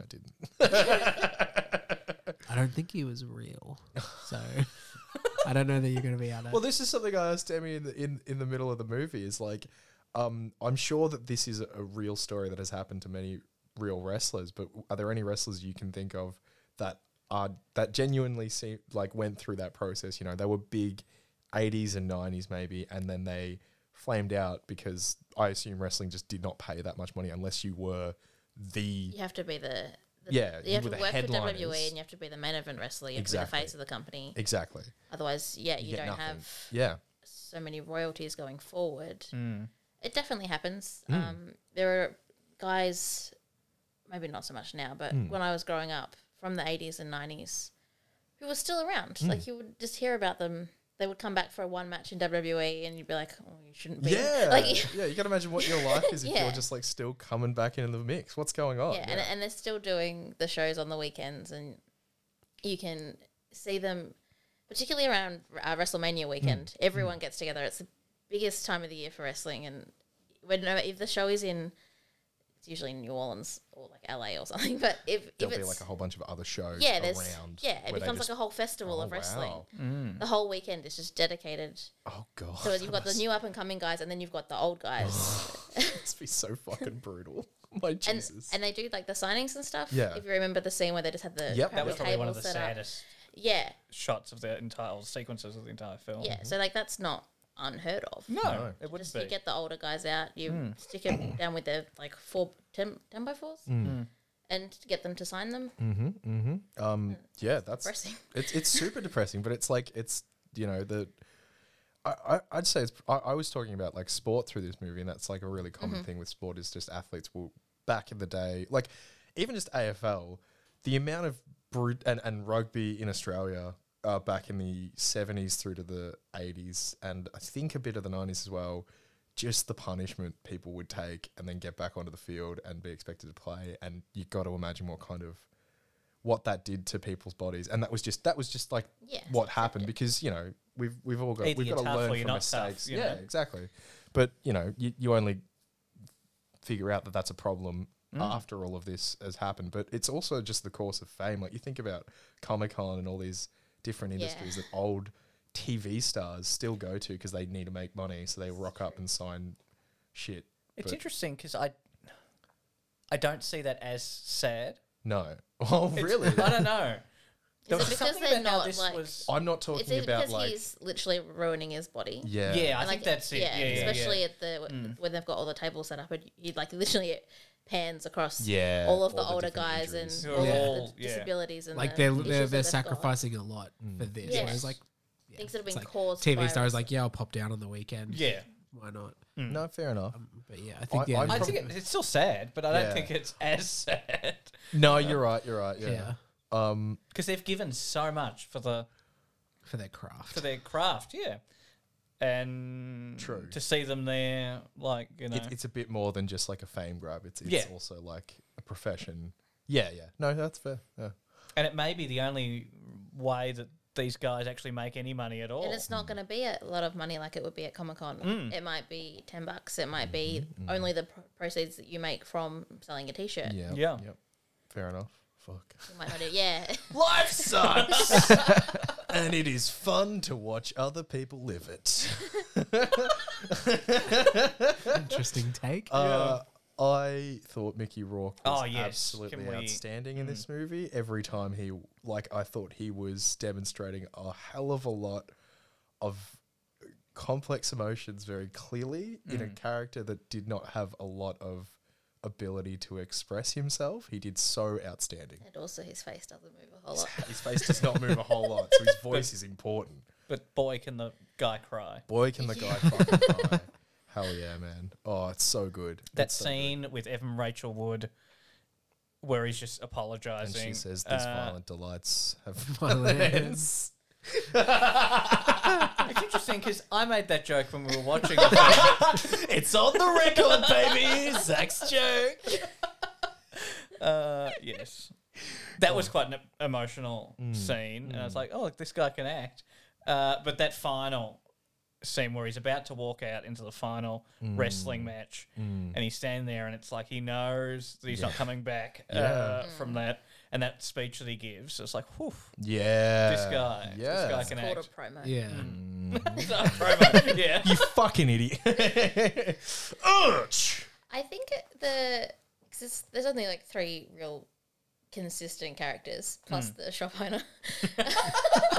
Speaker 2: I didn't.
Speaker 1: I don't think he was real, so I don't know that you're going to be out.
Speaker 2: Well,
Speaker 1: Well,
Speaker 2: this is something I asked Demi in the, in, in the middle of the movie is like, um, I'm sure that this is a, a real story that has happened to many real wrestlers, but are there any wrestlers you can think of that are that genuinely seem like went through that process? You know, they were big 80s and 90s maybe, and then they flamed out because I assume wrestling just did not pay that much money unless you were the
Speaker 3: You have to be the, the
Speaker 2: Yeah,
Speaker 3: You have
Speaker 2: with
Speaker 3: to
Speaker 2: the
Speaker 3: work for
Speaker 2: headliners.
Speaker 3: WWE and you have to be the main event wrestler. You have to
Speaker 2: Exactly.
Speaker 3: be the face of the company.
Speaker 2: exactly.
Speaker 3: Otherwise, yeah, you,
Speaker 2: get
Speaker 3: don't
Speaker 2: nothing.
Speaker 3: have
Speaker 2: Yeah.
Speaker 3: so many royalties going forward. It definitely happens. Um, there are guys, maybe not so much now, but when I was growing up from the 80s and 90s, who were still around. Like you would just hear about them. They would come back for one match in WWE and you'd be like, oh, you shouldn't be.
Speaker 2: Yeah.
Speaker 3: Like,
Speaker 2: yeah, you can imagine what your life is if
Speaker 3: Yeah.
Speaker 2: you're just like still coming back into the mix. What's going on?
Speaker 3: yeah, and, and they're still doing the shows on the weekends, and you can see them, particularly around uh, WrestleMania
Speaker 2: Hmm.
Speaker 3: weekend. Everyone gets together. It's the biggest time of the year for wrestling, and when no, if the show is in, it's usually in New Orleans or like LA or something. But if
Speaker 2: there'll
Speaker 3: if
Speaker 2: be
Speaker 3: it's
Speaker 2: like a whole bunch of other shows
Speaker 3: yeah, there's
Speaker 2: around.
Speaker 3: yeah, it
Speaker 2: where they
Speaker 3: becomes
Speaker 2: just-
Speaker 3: like a whole festival
Speaker 2: Oh,
Speaker 3: of wrestling.
Speaker 2: wow. Hmm.
Speaker 3: The whole weekend is just dedicated.
Speaker 2: Oh Oh, god.
Speaker 3: So
Speaker 2: that
Speaker 3: you've got the
Speaker 2: must-
Speaker 3: new up and coming guys, and then you've got the old guys.
Speaker 2: must be so fucking brutal. My
Speaker 3: And,
Speaker 2: Jesus.
Speaker 3: and they do like the signings and stuff.
Speaker 2: Yeah.
Speaker 3: If you remember the scene where they just had the
Speaker 2: Yep.
Speaker 4: That
Speaker 3: crap
Speaker 4: was probably
Speaker 3: table
Speaker 4: one of the
Speaker 3: set up.
Speaker 4: saddest
Speaker 3: Yeah,
Speaker 4: shots of the entire or sequences of the entire film.
Speaker 3: yeah. So like that's not unheard of.
Speaker 4: No,
Speaker 2: No.
Speaker 4: it wouldn't
Speaker 3: Just
Speaker 4: Oh. be. Hmm.
Speaker 3: you get the older guys out, you stick them down with their like four ten, ten by fours,
Speaker 4: Hmm.
Speaker 1: Hmm.
Speaker 3: and get them to sign them.
Speaker 2: um yeah, that's
Speaker 3: Depressing.
Speaker 2: it's it's super depressing, but it's like it's you know, the I, I, I'd say it's, I, I was talking about like sport through this movie, and that's like a really common thing with sport is just athletes will back in the day, like even just AFL, the amount of brut and, and rugby in Australia uh, back in the 70s through to the 80s, and I think a bit of the 90s as well, just the punishment people would take and then get back onto the field and be expected to play. And you got to imagine what kind of what that did to people's bodies and that was just that was just like
Speaker 3: Yeah, it's
Speaker 2: what happened because you know we've we've all got
Speaker 4: Either
Speaker 2: we've
Speaker 4: you're
Speaker 2: got to
Speaker 4: tough or
Speaker 2: learn
Speaker 4: you're
Speaker 2: from
Speaker 4: not tough,
Speaker 2: mistakes.
Speaker 4: you
Speaker 2: yeah,
Speaker 4: know?
Speaker 2: exactly. But you know, you, you only figure out that that's a problem
Speaker 4: Mm.
Speaker 2: after all of this has happened. But it's also just the course of fame. Like you think about Comic Con and all these different
Speaker 3: Yeah.
Speaker 2: industries that old TV stars still go to because they need to make money, so they rock up and sign shit.
Speaker 4: It's
Speaker 2: But
Speaker 4: interesting because I, I don't see that as sad.
Speaker 2: no, oh
Speaker 4: It's-
Speaker 2: really?
Speaker 4: I don't know. There
Speaker 3: Is
Speaker 4: was
Speaker 3: it because
Speaker 4: something
Speaker 3: they're
Speaker 4: about how
Speaker 3: not,
Speaker 4: this
Speaker 3: like-
Speaker 4: was-
Speaker 2: I'm not
Speaker 3: It's
Speaker 2: talking
Speaker 3: either
Speaker 2: about
Speaker 3: because
Speaker 2: like
Speaker 3: he's literally ruining his body.
Speaker 2: yeah,
Speaker 4: yeah, I
Speaker 3: And,
Speaker 4: think that's it. Yeah, Hmm. yeah, yeah.
Speaker 3: especially at the when they've got all the tables set up and you like literally it pans across
Speaker 2: Yeah,
Speaker 3: all of the
Speaker 2: all the
Speaker 3: older
Speaker 2: different
Speaker 3: guys
Speaker 2: injuries.
Speaker 3: and
Speaker 4: Who are
Speaker 3: all
Speaker 4: all-
Speaker 3: of the
Speaker 4: yeah.
Speaker 3: disabilities and
Speaker 1: like
Speaker 3: the
Speaker 1: they're
Speaker 3: issues
Speaker 1: they're,
Speaker 3: that
Speaker 1: they're
Speaker 3: they've got.
Speaker 1: sacrificing a lot for
Speaker 4: Mm.
Speaker 1: this.
Speaker 3: Yes.
Speaker 1: Whereas like yeah,
Speaker 3: Things that have
Speaker 1: it's
Speaker 3: been
Speaker 1: like
Speaker 3: caused by
Speaker 1: TV stars,
Speaker 3: us.
Speaker 1: like yeah, I'll pop down on the weekend.
Speaker 4: yeah.
Speaker 1: why not?
Speaker 2: no, fair enough.
Speaker 1: But yeah, I think
Speaker 2: I-
Speaker 1: yeah,
Speaker 2: I
Speaker 4: I
Speaker 1: yeah,
Speaker 4: think it, it's still sad, but I don't
Speaker 2: Yeah.
Speaker 4: think it's as sad
Speaker 2: No, you're right. You're right. Yeah.
Speaker 1: yeah,
Speaker 2: Um,
Speaker 4: because they've given so much for the
Speaker 1: for their craft.
Speaker 4: for their craft. Yeah, and
Speaker 2: True.
Speaker 4: to see them there, like you know,
Speaker 2: it, it's a bit more than just like a fame grab. It's it's
Speaker 4: Yeah.
Speaker 2: also like a profession. Yeah, yeah. No, that's fair. Yeah.
Speaker 4: and it may be the only way that these guys actually make any money at all.
Speaker 2: Oh.
Speaker 3: And it's not going to be a lot of money like it would be at Comic Con.
Speaker 2: Mm.
Speaker 3: It might be 10 bucks. It might be only the pro- proceeds that you make from selling a t shirt.
Speaker 2: Mm-hmm. Yeah.
Speaker 4: Yeah.
Speaker 2: Yep. Fair enough. Fuck.
Speaker 3: You might not do, yeah.
Speaker 2: Life sucks, and it is fun to watch other people live it.
Speaker 1: Interesting take.
Speaker 2: Uh, I thought Mickey Rourke was
Speaker 4: Oh, yes.
Speaker 2: absolutely
Speaker 4: Can we- Mm.
Speaker 2: outstanding in this movie. Every time he, like, I thought he was demonstrating a hell of a lot of complex emotions very clearly in a
Speaker 4: Mm.
Speaker 2: character that did not have a lot of ability to express himself. He did so outstanding.
Speaker 3: and also his face doesn't move a whole lot.
Speaker 2: His face does not move a whole lot, so his voice is important.
Speaker 4: But boy, can the guy cry.
Speaker 2: Boy, can the guy fucking cry. Hell yeah, man. Oh, it's so good.
Speaker 4: That
Speaker 2: It's so
Speaker 4: scene with Evan Rachel Wood, where he's just
Speaker 2: And
Speaker 4: apologizing.
Speaker 2: she says, "These
Speaker 4: uh,
Speaker 2: violent delights have
Speaker 4: Oh,
Speaker 1: Violent
Speaker 2: violence."
Speaker 4: It's interesting because I made that joke when we were watching. The film.
Speaker 2: it's on the record, baby. Zach's joke.
Speaker 4: uh, yes, that was quite an em- emotional
Speaker 2: Mm.
Speaker 4: scene, and I was like, "Oh, look, this guy can act." Uh, but that final scene where he's about to walk out into the final
Speaker 2: Mm.
Speaker 4: wrestling match, and he's standing there, and it's like he knows that he's not coming back uh,
Speaker 2: Yeah.
Speaker 4: from that, and that speech that he gives, it's like, "Whew,
Speaker 2: Yeah.
Speaker 4: this guy,
Speaker 2: Uh, Yeah.
Speaker 4: this guy can
Speaker 3: Called a
Speaker 4: act."
Speaker 3: promo.
Speaker 1: yeah,
Speaker 4: Mm. It's not a promo, yeah.
Speaker 2: you fucking idiot. Ouch.
Speaker 3: I think it- the cause it's, there's only like three real consistent characters
Speaker 2: Mm.
Speaker 3: plus the shop owner.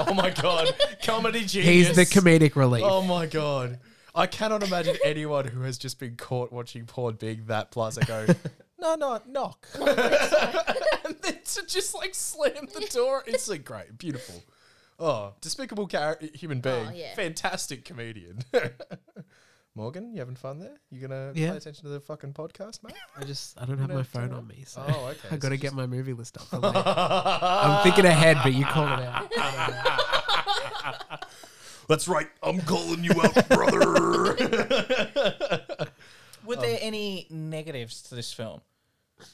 Speaker 2: Oh my god. Comedy genius.
Speaker 1: he's the comedic relief.
Speaker 2: Oh my god. I cannot imagine anyone who has just been caught watching porn being that plaza go, no, no, knock. and then to just like slam the door. It's like great, beautiful. Oh, despicable char- human being.
Speaker 3: Oh, yeah.
Speaker 2: Fantastic comedian. Morgan, you having fun there? You gonna
Speaker 1: Yeah.
Speaker 2: pay attention to the fucking podcast, mate?
Speaker 1: I just I don't have my phone on me, so
Speaker 2: Oh, okay.
Speaker 1: I got
Speaker 2: So
Speaker 1: to get my movie list up. For later. I'm thinking ahead, but you called it out.
Speaker 2: That's right. I'm calling you out, brother.
Speaker 4: Were there any negatives to this film?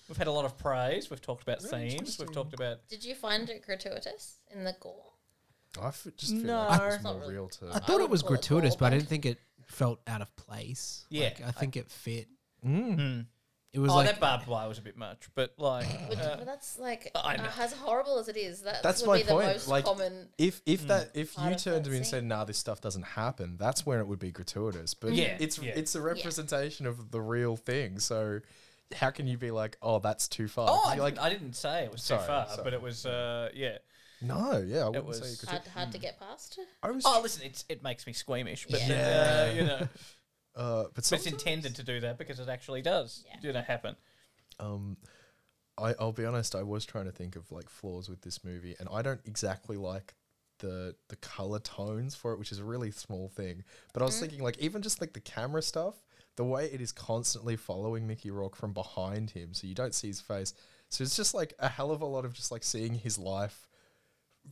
Speaker 4: We've had a lot of praise. We've talked about themes. We've talked about
Speaker 3: Did you find it gratuitous in the gore?
Speaker 2: I f- just feel like
Speaker 4: No.
Speaker 2: it was
Speaker 4: It's
Speaker 3: not
Speaker 2: more
Speaker 3: really-
Speaker 2: real
Speaker 1: I
Speaker 2: to.
Speaker 1: thought it
Speaker 3: would
Speaker 1: was
Speaker 3: call it
Speaker 1: gratuitous,
Speaker 3: gore,
Speaker 1: but I
Speaker 3: but-
Speaker 1: didn't think it felt out of place.
Speaker 4: Yeah,
Speaker 1: Like, I think it fit. It
Speaker 4: oh,
Speaker 1: was like
Speaker 4: that barbed wire was a bit much, but like,
Speaker 3: But,
Speaker 4: uh,
Speaker 3: but that's like
Speaker 4: I
Speaker 3: uh,
Speaker 4: know.
Speaker 3: as horrible as it is. That
Speaker 2: That's
Speaker 3: would
Speaker 2: my
Speaker 3: be the
Speaker 2: point,
Speaker 3: most
Speaker 2: like,
Speaker 3: common.
Speaker 2: If if
Speaker 4: Mm.
Speaker 2: that if
Speaker 3: Part
Speaker 2: you
Speaker 3: of
Speaker 2: turned
Speaker 3: that
Speaker 2: to me and said,
Speaker 3: scene.
Speaker 2: "Nah, this stuff doesn't happen," that's when it would be gratuitous. But
Speaker 4: Yeah,
Speaker 2: it's
Speaker 4: yeah.
Speaker 2: it's a representation of the real thing. So how can you be like, "Oh, that's too far"?
Speaker 4: oh,
Speaker 2: 'Cause
Speaker 4: I,
Speaker 2: you're like,
Speaker 4: didn't, I didn't say it was
Speaker 2: Sorry,
Speaker 4: too far,
Speaker 2: sorry.
Speaker 4: but it was, uh, yeah.
Speaker 2: no, yeah, I wouldn't say
Speaker 4: was-
Speaker 2: you could.
Speaker 3: Hard, hard to get past.
Speaker 2: I was,
Speaker 4: Oh, listen, it's, it makes me squeamish, but
Speaker 2: Yeah.
Speaker 4: uh, you know,
Speaker 2: uh, but
Speaker 4: it's
Speaker 2: sometimes-
Speaker 4: intended to do that because it actually does,
Speaker 3: Yeah.
Speaker 4: you know, happen.
Speaker 2: Um, I, I'll be honest. I was trying to think of like flaws with this movie, and I don't exactly like the the color tones for it, which is a really small thing. But I was thinking, like, even just like the camera stuff, the way it is constantly following Mickey Rourke from behind him, so you don't see his face. So it's just like a hell of a lot of just like seeing his life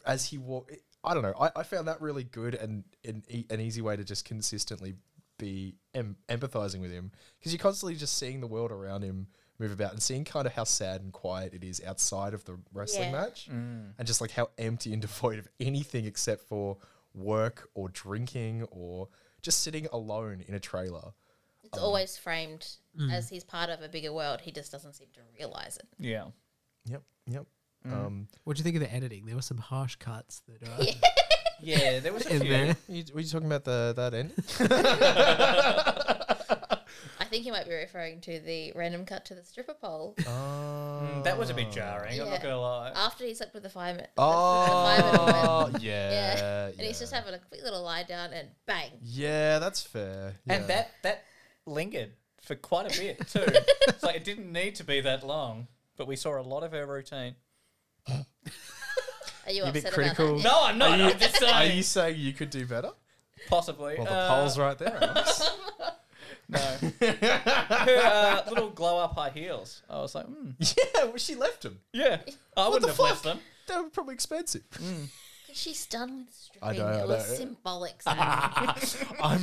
Speaker 2: as he walk. I don't know. I, I found that really good and an, e- an easy way to just consistently be em- empathizing with him because you're constantly just seeing the world around him move about and seeing kind of how sad and quiet it is outside of the wrestling
Speaker 3: Yeah.
Speaker 2: match and just like how empty and devoid of anything except for work or drinking or just sitting alone in a trailer.
Speaker 3: It's
Speaker 2: Oh.
Speaker 3: always framed
Speaker 2: Mm.
Speaker 3: as he's part of a bigger world. He just doesn't seem to realize it.
Speaker 4: Yeah.
Speaker 2: Yep, yep. Um,
Speaker 1: What do you think of the editing? There were some harsh cuts that uh,
Speaker 4: Yeah, there was a
Speaker 1: in
Speaker 4: few.
Speaker 1: there.
Speaker 2: you, were you talking about the that end?
Speaker 3: I think you might be referring to the random cut to the stripper pole
Speaker 2: Oh.
Speaker 4: Mm, That was a bit jarring, I'm
Speaker 3: Yeah. Um,
Speaker 4: not going to lie.
Speaker 3: after he slept with the fireman. the fireman woman.
Speaker 2: Oh, yeah.
Speaker 3: Yeah.
Speaker 2: Oh. Yeah.
Speaker 3: And he's just having a quick little lie down and bang.
Speaker 2: Yeah, that's fair.
Speaker 4: And
Speaker 2: Yeah.
Speaker 4: that that lingered for quite a bit too. it's like it didn't need to be that long, but we saw a lot of her routine.
Speaker 3: Are you
Speaker 2: You a bit
Speaker 3: upset
Speaker 2: critical?
Speaker 3: about that?
Speaker 4: No, I'm not. I'm just
Speaker 2: Are
Speaker 4: saying.
Speaker 2: you saying you could do better?
Speaker 4: Possibly.
Speaker 2: Well, the
Speaker 4: Uh,
Speaker 2: poll's right there. Alex.
Speaker 4: No. her uh, little glow up high heels. I was like, hmm.
Speaker 2: yeah, well, she left him.
Speaker 4: Yeah. I
Speaker 2: What
Speaker 4: wouldn't
Speaker 2: the
Speaker 4: have left
Speaker 2: fuck?
Speaker 4: them.
Speaker 2: They were probably expensive.
Speaker 3: Because she's done with stripping.
Speaker 2: I know, I
Speaker 3: it was
Speaker 2: know.
Speaker 3: symbolic. Sam.
Speaker 2: I'm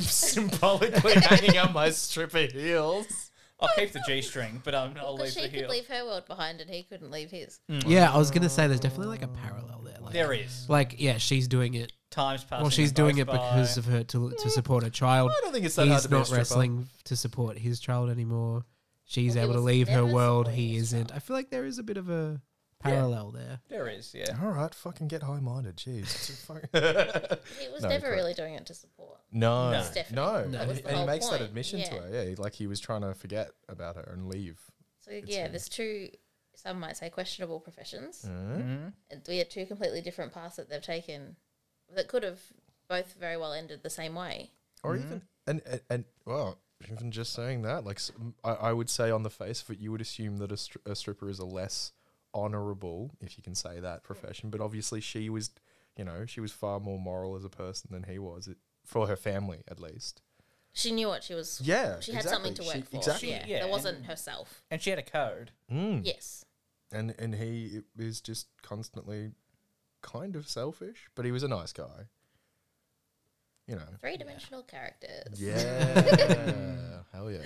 Speaker 2: symbolically hanging up my stripper heels.
Speaker 4: I'll keep the G string, but I'm, I'll leave
Speaker 3: Because
Speaker 4: the
Speaker 3: she could
Speaker 4: heel.
Speaker 3: leave her world behind and he couldn't leave his.
Speaker 2: Mm.
Speaker 1: Yeah, I was gonna say there's definitely like a parallel there.
Speaker 2: Oh,
Speaker 1: Like,
Speaker 4: There is.
Speaker 1: like yeah, she's doing it.
Speaker 4: Times passing.
Speaker 1: Well, she's
Speaker 4: them
Speaker 1: doing
Speaker 4: both
Speaker 1: it because
Speaker 4: by.
Speaker 1: of her to to support her child.
Speaker 2: I don't think it's that hard
Speaker 1: He's
Speaker 2: to be a
Speaker 1: not
Speaker 2: stripper.
Speaker 1: wrestling to support his child anymore. She's
Speaker 3: Well, he
Speaker 1: able to
Speaker 3: was
Speaker 1: leave her
Speaker 3: never
Speaker 1: world.
Speaker 3: supporting
Speaker 1: He
Speaker 3: his
Speaker 1: isn't. I feel like there is a bit of a parallel there.
Speaker 4: There is, yeah.
Speaker 2: All right, fucking get high minded. Jeez. It's a fuck-
Speaker 3: He was
Speaker 2: No,
Speaker 3: never
Speaker 2: correct.
Speaker 3: really doing it to support.
Speaker 2: no,
Speaker 4: No.
Speaker 2: no,
Speaker 3: Stephanie.
Speaker 2: And,
Speaker 1: That
Speaker 2: and
Speaker 1: was
Speaker 2: he
Speaker 1: the
Speaker 3: whole
Speaker 2: makes
Speaker 3: point.
Speaker 2: that admission
Speaker 3: Yeah.
Speaker 2: to her. Yeah, he- like he was trying to forget about her and leave.
Speaker 3: So yeah, there's two. Some might say questionable professions.
Speaker 2: Mm-hmm.
Speaker 4: Mhm.
Speaker 3: And we had two completely different paths that they've taken, that could have both very well ended the same way.
Speaker 2: or even and, and and well even just saying that like s- m- I, I would say on the face of it you would assume that a, stri- a stripper is a less honorable if you can say that profession but obviously she was you know she was far more moral as a person than he was it, for her family at least
Speaker 3: She knew what she was.
Speaker 2: yeah
Speaker 3: she had something to work
Speaker 2: exactly. She-
Speaker 3: for.
Speaker 2: exactly
Speaker 3: Yeah,
Speaker 4: Yeah,
Speaker 3: that
Speaker 4: and-
Speaker 3: wasn't herself.
Speaker 4: And she had a code.
Speaker 2: Mm.
Speaker 3: Yes,
Speaker 2: and and he is just constantly kind of selfish but he was a nice guy you know
Speaker 3: three dimensional characters.
Speaker 2: yeah hell yeah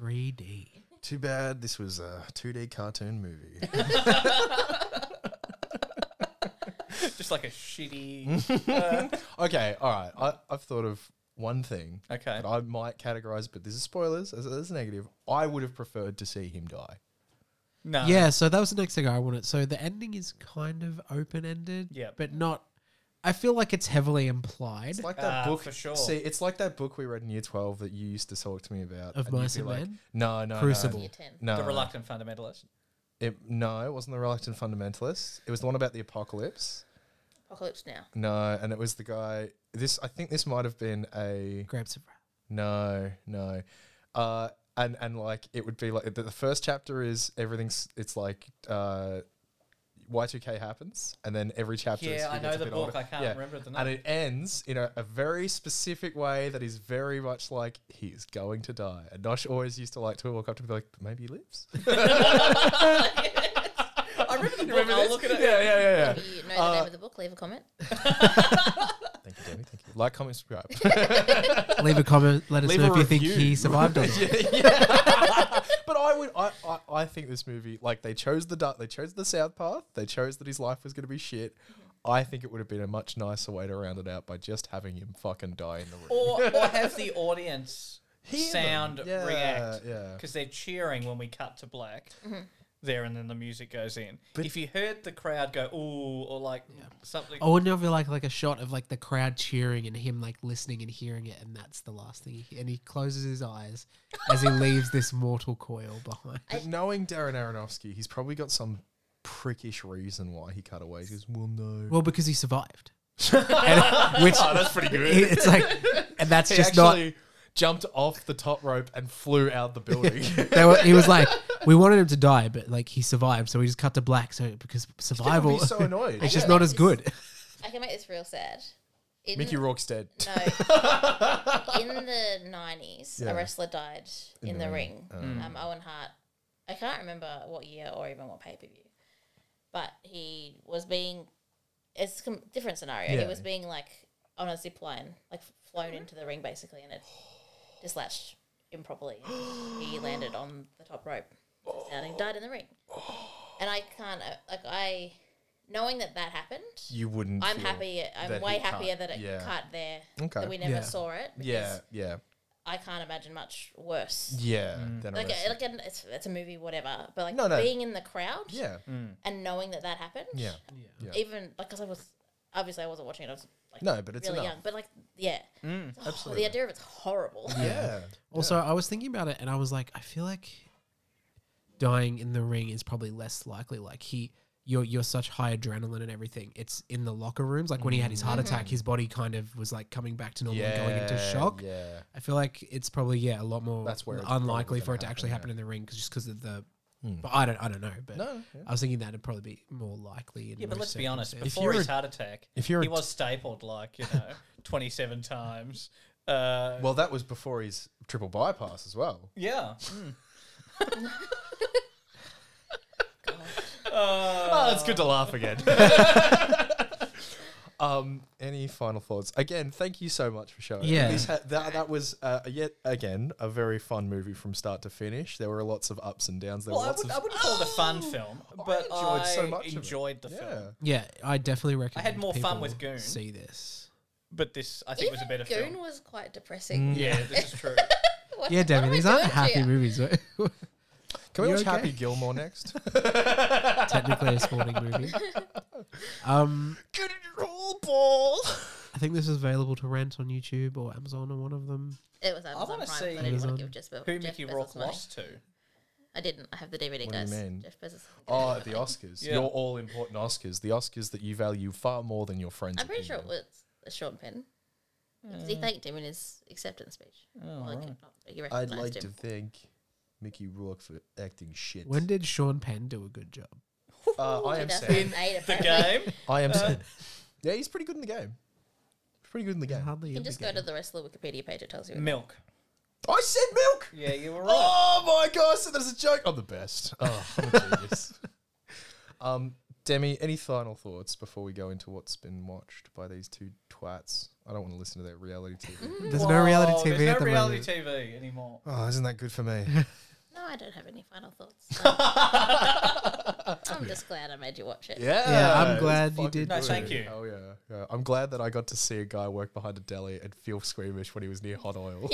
Speaker 1: 3D.
Speaker 2: Too bad this was a 2D cartoon movie.
Speaker 4: Just like a shitty.
Speaker 2: okay, all right. I, I've thought of one thing
Speaker 4: Okay.
Speaker 2: that I might categorize, but this is spoilers. As, as a negative, I would have preferred to see him die. Um,
Speaker 4: No.
Speaker 1: yeah, so that was the next thing I wanted. So the ending is kind of open ended,
Speaker 4: Yep.
Speaker 1: but not. I feel like it's heavily implied.
Speaker 2: It's like
Speaker 4: Ah,
Speaker 2: that book.
Speaker 4: for sure.
Speaker 2: See, it's like that book we read in year 12 that you used to talk to me about.
Speaker 1: Of
Speaker 2: and you'd
Speaker 1: Mice
Speaker 2: be
Speaker 1: and
Speaker 2: like,
Speaker 1: Men?
Speaker 2: No, no, no.
Speaker 1: Crucible.
Speaker 3: Year ten.
Speaker 2: No,
Speaker 4: The reluctant fundamentalist.
Speaker 2: It, no, it wasn't the reluctant fundamentalist. It was the one about the apocalypse.
Speaker 3: Apocalypse now.
Speaker 2: No, and it was the guy. This I think this might have been a
Speaker 1: Grabs of
Speaker 2: No, no. Uh, and and like it would be like the, the first chapter is everything's. It's like uh, Y two K happens, and then every chapter. is,
Speaker 4: Yeah, I
Speaker 2: he
Speaker 4: know
Speaker 2: gets a
Speaker 4: the
Speaker 2: bit
Speaker 4: book,
Speaker 2: older.
Speaker 4: I can't remember the
Speaker 2: And
Speaker 4: name.
Speaker 2: it ends in a, a very specific way that is very much like he's going to die. And Nosh always used to like to walk up to be like, but maybe he lives.
Speaker 4: I remember the book. I'll look at it.
Speaker 2: yeah, yeah, yeah, yeah.
Speaker 3: If you know the name of the book, leave a comment.
Speaker 2: Uh, Thank you, Jamie. Thank you. Like, comment, subscribe.
Speaker 1: Wrath. Leave a comment. Let us
Speaker 2: Leave
Speaker 1: know
Speaker 2: a
Speaker 1: if you think
Speaker 2: review.
Speaker 1: he survived or not.
Speaker 2: But I would, I, I, I think this movie, like they chose the dark, they chose the south path, they chose that his life was going to be shit. I think it would have been a much nicer way to round it out by just having him fucking die in the room.
Speaker 4: Or, or have the audience
Speaker 2: Hear them.
Speaker 4: sound
Speaker 2: Yeah,
Speaker 4: react.
Speaker 2: yeah.
Speaker 4: Because they're cheering when we cut to black there and then the music goes in. if you heard the crowd go, ooh, or like something.
Speaker 2: Oh,
Speaker 1: I wouldn't have like like a shot of like the crowd cheering and him like listening and hearing it, and that's the last thing. He, and he closes his eyes as he leaves this mortal coil behind.
Speaker 2: But knowing Darren Aronofsky, he's probably got some prickish reason why he cut away. He goes, "Well, no."
Speaker 1: Well, because he survived, And- uh, which
Speaker 2: Oh, that's pretty good.
Speaker 1: it- it's like, and that's
Speaker 2: he
Speaker 1: just not.
Speaker 2: actually jumped off the top rope and flew out the building.
Speaker 1: They were, he was like, we wanted him to die, but like he survived, so we just cut to black. So because
Speaker 2: I'd
Speaker 1: survival,
Speaker 2: be so annoyed.
Speaker 1: it's just
Speaker 3: Yeah.
Speaker 1: not as good.
Speaker 3: I can make this real sad. In,
Speaker 2: Mickey Rourke's dead.
Speaker 3: No. in the nineties,
Speaker 2: Yeah.
Speaker 3: a wrestler died in, the, ring. Um, Owen Hart. I can't remember what year or even what pay per view, but he was being. It's a com- different scenario. He
Speaker 2: Yeah.
Speaker 3: was being like on a zip line, like flown into the ring basically, and it just latched improperly. and he landed on the top rope, and he died in the ring. And I can't uh, like I knowing that that happened,
Speaker 2: You wouldn't.
Speaker 3: I'm
Speaker 2: feel
Speaker 3: happy. I'm
Speaker 2: that
Speaker 3: way
Speaker 2: he cut.
Speaker 3: happier that it
Speaker 2: Yeah.
Speaker 3: cut there.
Speaker 2: Okay.
Speaker 3: That we never
Speaker 1: Yeah.
Speaker 3: saw it. Because
Speaker 2: Yeah, yeah,
Speaker 3: I can't imagine much worse.
Speaker 2: yeah. Then
Speaker 3: Like, uh,
Speaker 2: arrested.
Speaker 3: like an, it's, it's a movie, whatever. But like
Speaker 2: No, no.
Speaker 3: being in the crowd
Speaker 2: yeah,
Speaker 3: and knowing that that happened.
Speaker 2: yeah.
Speaker 1: Yeah.
Speaker 2: Yeah.
Speaker 3: Even because I was obviously I wasn't watching it. I was like
Speaker 2: No, but it's
Speaker 3: really
Speaker 2: enough. Mm,
Speaker 3: young. But like yeah, Oh,
Speaker 2: absolutely.
Speaker 3: the idea of it's horrible.
Speaker 2: Yeah.
Speaker 1: Also, I was thinking about it and I was like, I feel like dying in the ring is probably less likely. Like he you're you're such high adrenaline and everything. It's in the locker rooms. Like when he had his heart
Speaker 2: Mm-hmm.
Speaker 1: attack, his body kind of was like coming back to normal and going into shock.
Speaker 2: Yeah.
Speaker 1: I feel like it's probably yeah a lot more
Speaker 2: That's where it's probably
Speaker 1: unlikely for
Speaker 2: gonna
Speaker 1: it to actually
Speaker 2: happen,
Speaker 1: happen in the ring 'cause- just because of the. But I don't I don't know. But
Speaker 2: No, yeah.
Speaker 1: I was thinking that'd probably be more likely. In
Speaker 4: Yeah, but
Speaker 1: most
Speaker 4: let's be honest.
Speaker 1: circumstances.
Speaker 4: Before
Speaker 2: you're
Speaker 4: his
Speaker 2: a-
Speaker 4: heart attack,
Speaker 2: if you're a
Speaker 4: he
Speaker 2: t-
Speaker 4: was stapled like you know twenty seven times. Uh,
Speaker 2: Well, that was before his triple bypass as well.
Speaker 4: yeah.
Speaker 2: Hmm.
Speaker 3: God.
Speaker 2: Oh, it's good to laugh again. um, any final thoughts? Again, thank you so much for showing.
Speaker 1: Yeah.
Speaker 2: This ha- that, that was uh, yet again a very fun movie from start to finish. There were lots of ups and
Speaker 3: Oh,
Speaker 2: downs. There
Speaker 4: Well,
Speaker 2: were
Speaker 4: I,
Speaker 2: lots
Speaker 4: would,
Speaker 2: of Oh,
Speaker 4: I wouldn't call it a fun film, but I
Speaker 2: enjoyed so much of it.
Speaker 4: enjoyed the
Speaker 2: yeah.
Speaker 4: film.
Speaker 1: yeah, I definitely recommend.
Speaker 4: more fun
Speaker 1: people
Speaker 4: with Goon.
Speaker 1: See this.
Speaker 4: But this, I think,
Speaker 3: Even
Speaker 4: was a better
Speaker 3: Goon
Speaker 4: film.
Speaker 3: was quite
Speaker 2: Mm.
Speaker 3: depressing.
Speaker 4: Yeah, this is true.
Speaker 3: What-
Speaker 1: Yeah,
Speaker 3: what
Speaker 1: Demi,
Speaker 3: am I
Speaker 1: these aren't
Speaker 3: doing to
Speaker 1: happy
Speaker 3: you?
Speaker 1: movies.
Speaker 2: Can we
Speaker 1: You
Speaker 2: watch
Speaker 1: okay?
Speaker 2: Happy Gilmore next?
Speaker 1: technically a sporting movie. Um,
Speaker 2: Get in your hole, ball.
Speaker 1: I think this is available to rent on YouTube or Amazon or one of them.
Speaker 3: It was Amazon
Speaker 4: wanna
Speaker 3: Prime.
Speaker 4: see
Speaker 3: but I didn't want
Speaker 1: Amazon.
Speaker 3: to give Jeff, Be-
Speaker 4: Who
Speaker 3: Jeff
Speaker 4: Mickey
Speaker 3: Bezos
Speaker 4: Rourke
Speaker 3: money.
Speaker 4: lost to?
Speaker 3: I didn't. I have the DVD,
Speaker 2: What do you
Speaker 3: guys.
Speaker 2: mean?
Speaker 3: Jeff Bezos.
Speaker 2: Oh, at the Oscars.
Speaker 4: Yeah.
Speaker 2: Your all important Oscars. The Oscars that you value far more than your friends.
Speaker 3: I'm pretty sure it
Speaker 2: opinion.
Speaker 3: was a Sean Penn. Because he thanked him in his acceptance speech. Oh, like, not- he
Speaker 2: I'd
Speaker 3: recognised
Speaker 2: like
Speaker 3: him.
Speaker 2: to thank Mickey Rourke for acting shit.
Speaker 1: When did Sean Penn do a good job?
Speaker 2: uh, I am Sam.
Speaker 3: 2008,
Speaker 4: The
Speaker 3: apparently.
Speaker 4: game.
Speaker 2: I am Sam. Yeah, he's pretty good in the game. Pretty good in the game.
Speaker 1: Hardly.
Speaker 3: You
Speaker 1: in
Speaker 3: can
Speaker 1: the
Speaker 3: just go to
Speaker 1: game.
Speaker 3: the wrestler Wikipedia page. It tells you.
Speaker 4: Milk.
Speaker 2: I said milk.
Speaker 4: Yeah, you were right.
Speaker 2: Oh my gosh, there's a joke. I'm the best. Oh, I'm a genius. um, Demi, any final thoughts before we go into what's been watched by these two twats? I don't want to listen to their reality TV.
Speaker 1: There's no reality
Speaker 4: Whoa,
Speaker 1: TV
Speaker 4: oh, There's
Speaker 1: at
Speaker 4: no
Speaker 1: the
Speaker 4: reality
Speaker 1: moment.
Speaker 4: TV anymore.
Speaker 2: oh, isn't that good for me?
Speaker 3: No, I don't have any final thoughts. No. I'm just glad I made you watch it.
Speaker 2: Yeah,
Speaker 1: Yeah, I'm
Speaker 2: it was
Speaker 1: glad you
Speaker 2: fucking
Speaker 1: did
Speaker 4: No,
Speaker 2: good.
Speaker 4: thank you.
Speaker 2: Oh yeah, yeah. I'm glad that I got to see a guy work behind a deli and feel squeamish when he was near hot oil.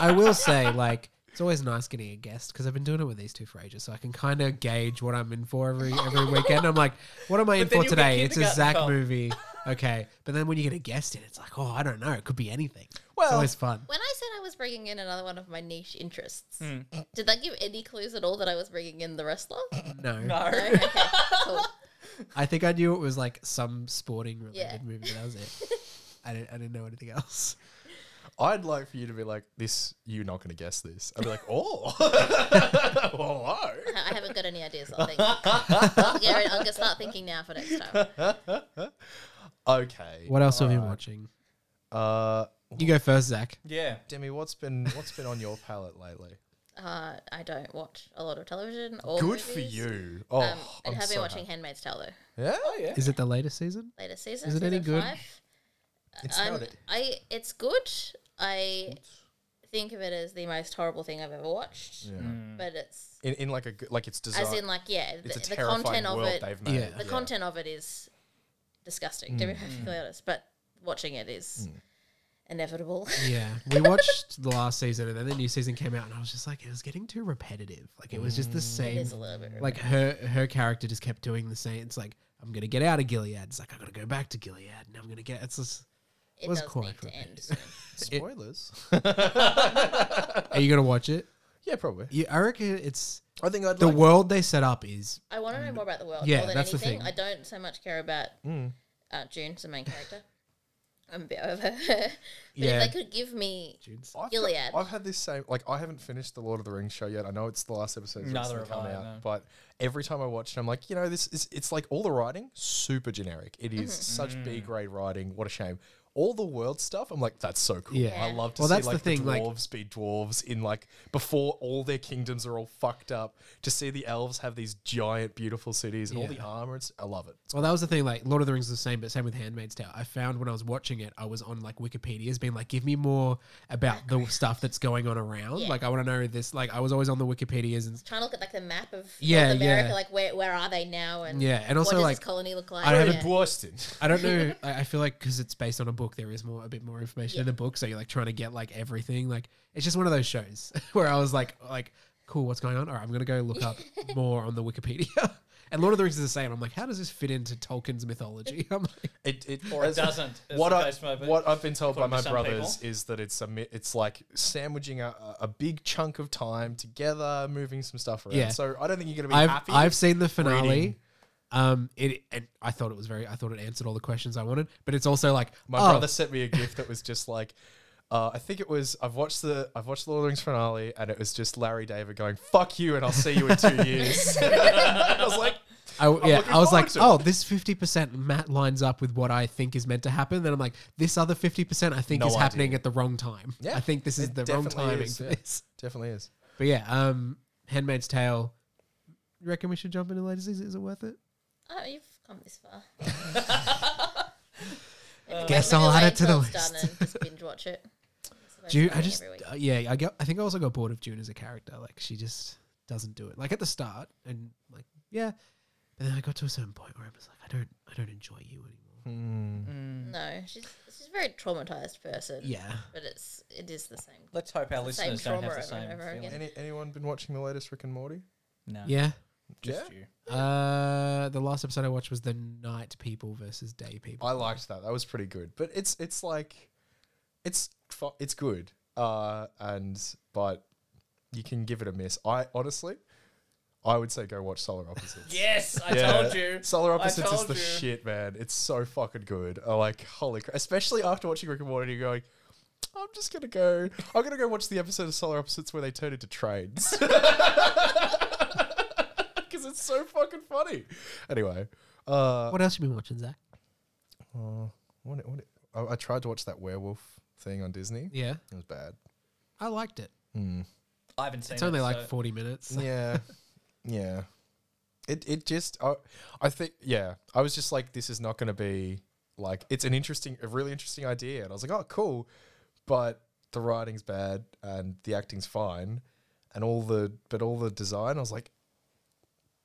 Speaker 1: I will say, like, it's always nice getting a guest because I've been doing it with these two for ages, so I can kind of gauge what I'm in for every every weekend. I'm like, what am I
Speaker 4: then
Speaker 1: in for
Speaker 4: you
Speaker 1: today?
Speaker 4: get
Speaker 1: It's a
Speaker 4: kindergarten
Speaker 1: Zach
Speaker 4: cop.
Speaker 1: movie, okay. But then when you get a guest in, it's like, oh, I don't know, it could be anything.
Speaker 2: Well-
Speaker 1: it's always fun.
Speaker 3: When I said I was bringing in another one of my niche interests, did that give any clues at all that I was bringing in the wrestler?
Speaker 1: No.
Speaker 3: no.
Speaker 4: No.
Speaker 3: Okay, cool.
Speaker 1: I think I knew it was like some sporting related
Speaker 3: Yeah.
Speaker 1: movie. That was it. I didn't, I didn't know anything else.
Speaker 2: I'd like for you to be like, "This, you're not going to guess this." I'd be like, "Oh, hello."
Speaker 3: I haven't got any ideas. I think. Garrett, I'm gonna start thinking now for next time.
Speaker 2: Okay.
Speaker 1: What else have you been watching?
Speaker 2: Uh,
Speaker 1: You go first, Zach.
Speaker 4: Yeah.
Speaker 2: Demi, what's been what's been on your palate lately?
Speaker 3: Uh, I don't watch a lot of television. Or
Speaker 2: Good for
Speaker 3: movies.
Speaker 2: you. Oh,
Speaker 3: Um,
Speaker 2: I'm
Speaker 3: and have
Speaker 2: so
Speaker 3: been watching
Speaker 2: happy.
Speaker 3: Handmaid's Tale though.
Speaker 2: Yeah.
Speaker 4: Oh yeah.
Speaker 1: Is it the latest season?
Speaker 3: Latest season.
Speaker 1: Is it any
Speaker 3: season
Speaker 1: good?
Speaker 3: Five.
Speaker 2: It's
Speaker 3: I'm-
Speaker 2: not it.
Speaker 3: I. It's good. I think of it as the most horrible thing I've ever watched.
Speaker 2: Yeah.
Speaker 3: But it's
Speaker 2: In, in like a good- like Mm. it's
Speaker 3: as
Speaker 2: designed.
Speaker 3: in like yeah, the,
Speaker 2: it's a
Speaker 3: the
Speaker 2: terrifying
Speaker 3: content of
Speaker 2: world
Speaker 3: it.
Speaker 2: they've made.
Speaker 1: Yeah.
Speaker 3: the content of it is disgusting to be
Speaker 2: Mm.
Speaker 3: perfectly honest but watching it is inevitable
Speaker 1: Yeah, we watched the last season, and then the new season came out, and I was just like, it was getting too repetitive. Like it was just the
Speaker 3: it
Speaker 1: same.
Speaker 3: is a little bit
Speaker 1: Like her her character just kept doing the same. It's like I'm gonna get out of Gilead. It's like I gotta go back to Gilead, and I'm gonna get. It's just.
Speaker 3: it
Speaker 1: was
Speaker 3: does
Speaker 1: quite
Speaker 3: need to end
Speaker 1: repetitive.
Speaker 3: soon.
Speaker 2: Spoilers.
Speaker 1: Are you gonna watch it?
Speaker 2: yeah, probably.
Speaker 1: Yeah, I reckon it's
Speaker 2: I think I'd
Speaker 1: the
Speaker 2: like.
Speaker 1: world they set up is
Speaker 3: i want to know more about the world
Speaker 1: Um, Yeah,
Speaker 3: more than
Speaker 1: that's the
Speaker 3: anything
Speaker 1: thing. Mm.
Speaker 3: i don't so much care about uh, june's the main character i'm a bit over her but
Speaker 1: Yeah.
Speaker 3: if they could give me
Speaker 2: I've,
Speaker 3: Gilead.
Speaker 2: got- I've had this same like I haven't finished the Lord of the Rings show yet. I know it's the last episode that's
Speaker 4: Neither
Speaker 2: recently
Speaker 4: have
Speaker 2: come
Speaker 4: I,
Speaker 2: out,
Speaker 4: no.
Speaker 2: but every time I watch it, I'm like, you
Speaker 1: Mm.
Speaker 2: know, this is it's like all the writing super generic. It is such B grade writing. What a shame. all the world stuff, I'm like, that's so cool.
Speaker 1: Yeah.
Speaker 2: I love to
Speaker 1: Well,
Speaker 2: see
Speaker 1: that's the
Speaker 2: like the,
Speaker 1: thing, like-
Speaker 2: dwarves be dwarves in like before all their kingdoms are all fucked up. To see the elves have these giant, beautiful cities and all
Speaker 1: Yeah.
Speaker 2: the armor, it's, I love it. It's
Speaker 1: Well, that was the thing. Like Lord of the Rings is the same, but same with Handmaid's Tale. I found when I was watching it, I was on like Wikipedia's being like, "Give me more about the stuff that's going on around."
Speaker 3: Yeah.
Speaker 1: Like, I want to know this. Like, I was always on the Wikipedia's and
Speaker 3: Trying to look at like the map of
Speaker 1: Yeah,
Speaker 3: North America,
Speaker 1: yeah.
Speaker 3: like where where are they now, and
Speaker 1: yeah, and
Speaker 3: what
Speaker 1: also
Speaker 3: does
Speaker 1: like
Speaker 3: this colony look like?
Speaker 1: I haven't
Speaker 3: Yeah.
Speaker 2: Boston.
Speaker 1: I don't know. I I feel like because it's based on a book, there is more a bit more information in
Speaker 3: Yeah.
Speaker 1: the book. So you're like trying to get like everything. Like it's just one of those shows where I was like, like, cool, what's going on? All right, I'm gonna go look up more on the Wikipedia. And Lord of the Rings is the same. I'm like, how does this fit into Tolkien's mythology? I'm like,
Speaker 2: It, it,
Speaker 4: Or it doesn't. is
Speaker 2: what
Speaker 4: the
Speaker 2: I
Speaker 4: case may be.
Speaker 2: what I've been told by
Speaker 4: According to
Speaker 2: my
Speaker 4: some
Speaker 2: brothers is that it's a mi- it's like sandwiching a, a- a big chunk of time together, moving some stuff around.
Speaker 1: Yeah.
Speaker 2: So I don't think you're gonna be
Speaker 1: I've
Speaker 2: happy.
Speaker 1: I've seen the finale.
Speaker 2: reading.
Speaker 1: Um, it and I thought it was very. I thought it answered all the questions I wanted. But it's also like
Speaker 2: my
Speaker 1: oh,
Speaker 2: brother sent me a gift that was just like. Uh, I think it was I've watched the I've watched the Lord of the Rings finale and it was just Larry David going fuck you and I'll see you in two years. I was like,
Speaker 1: I, yeah,
Speaker 2: looking
Speaker 1: I was
Speaker 2: forward
Speaker 1: like,
Speaker 2: to it.
Speaker 1: oh, this 50% mat lines up with what I think is meant to happen. Then I'm like, this other 50% I think
Speaker 2: No
Speaker 1: is happening
Speaker 2: idea.
Speaker 1: at the wrong time.
Speaker 2: Yeah,
Speaker 1: I think this is
Speaker 2: it
Speaker 1: the wrong
Speaker 2: definitely
Speaker 1: timing
Speaker 2: is,
Speaker 1: for
Speaker 2: yeah.
Speaker 1: this.
Speaker 2: definitely is.
Speaker 1: But yeah, um, Handmaid's Tale. You reckon we should jump into the latest season? Is it worth it?
Speaker 3: Oh, you've come this far.
Speaker 1: Guess I'll add it to the
Speaker 3: Done
Speaker 1: list.
Speaker 3: and just binge watch it. That's what I'm
Speaker 1: June, I
Speaker 3: doing
Speaker 1: just,
Speaker 3: every week.
Speaker 1: uh, yeah, I get, I think I also got bored of June as a character. Like, she just doesn't do it. Like, at the start, and like, yeah. But then I got to a certain point where I was like, I don't, I don't enjoy you anymore.
Speaker 3: no, she's she's a very traumatized person.
Speaker 1: Yeah.
Speaker 3: but it's it is the same.
Speaker 4: Let's hope our
Speaker 3: It's the same
Speaker 4: listeners don't have the
Speaker 3: trauma
Speaker 4: same
Speaker 3: over and over
Speaker 4: feeling.
Speaker 3: again.
Speaker 2: Any, anyone been watching the latest Rick and Morty?
Speaker 4: No,
Speaker 1: Yeah.
Speaker 4: just
Speaker 2: Yeah.
Speaker 4: you.
Speaker 1: Uh, the last episode I watched was the night people versus day people.
Speaker 2: I liked that. That was pretty good. But it's it's like it's fu- it's good. Uh and but you can give it a miss. I honestly I would say go watch Solar Opposites.
Speaker 4: Yes, I
Speaker 2: Yeah.
Speaker 4: told you.
Speaker 2: Solar Opposites is
Speaker 4: told
Speaker 2: the
Speaker 4: you.
Speaker 2: shit, man. It's so fucking good. I like holy crap. Especially after watching Rick and Morty you're going I'm just gonna go. I'm gonna go watch the episode of Solar Opposites where they turn into trains. Because it's so fucking funny. Anyway, uh,
Speaker 1: what else you been watching, Zach?
Speaker 2: Oh, what, what, I, I tried to watch that werewolf thing on Disney.
Speaker 1: Yeah,
Speaker 2: It was bad. Mm.
Speaker 1: I liked it.
Speaker 4: I haven't seen.
Speaker 1: It's only
Speaker 4: it,
Speaker 1: like
Speaker 4: so-
Speaker 1: forty minutes.
Speaker 2: Yeah, yeah. It it just I, I think yeah. I was just like, this is not going to be like it's an interesting, a really interesting idea, and I was like, oh, cool, but the writing's bad and the acting's fine, and all the but all the design, I was like.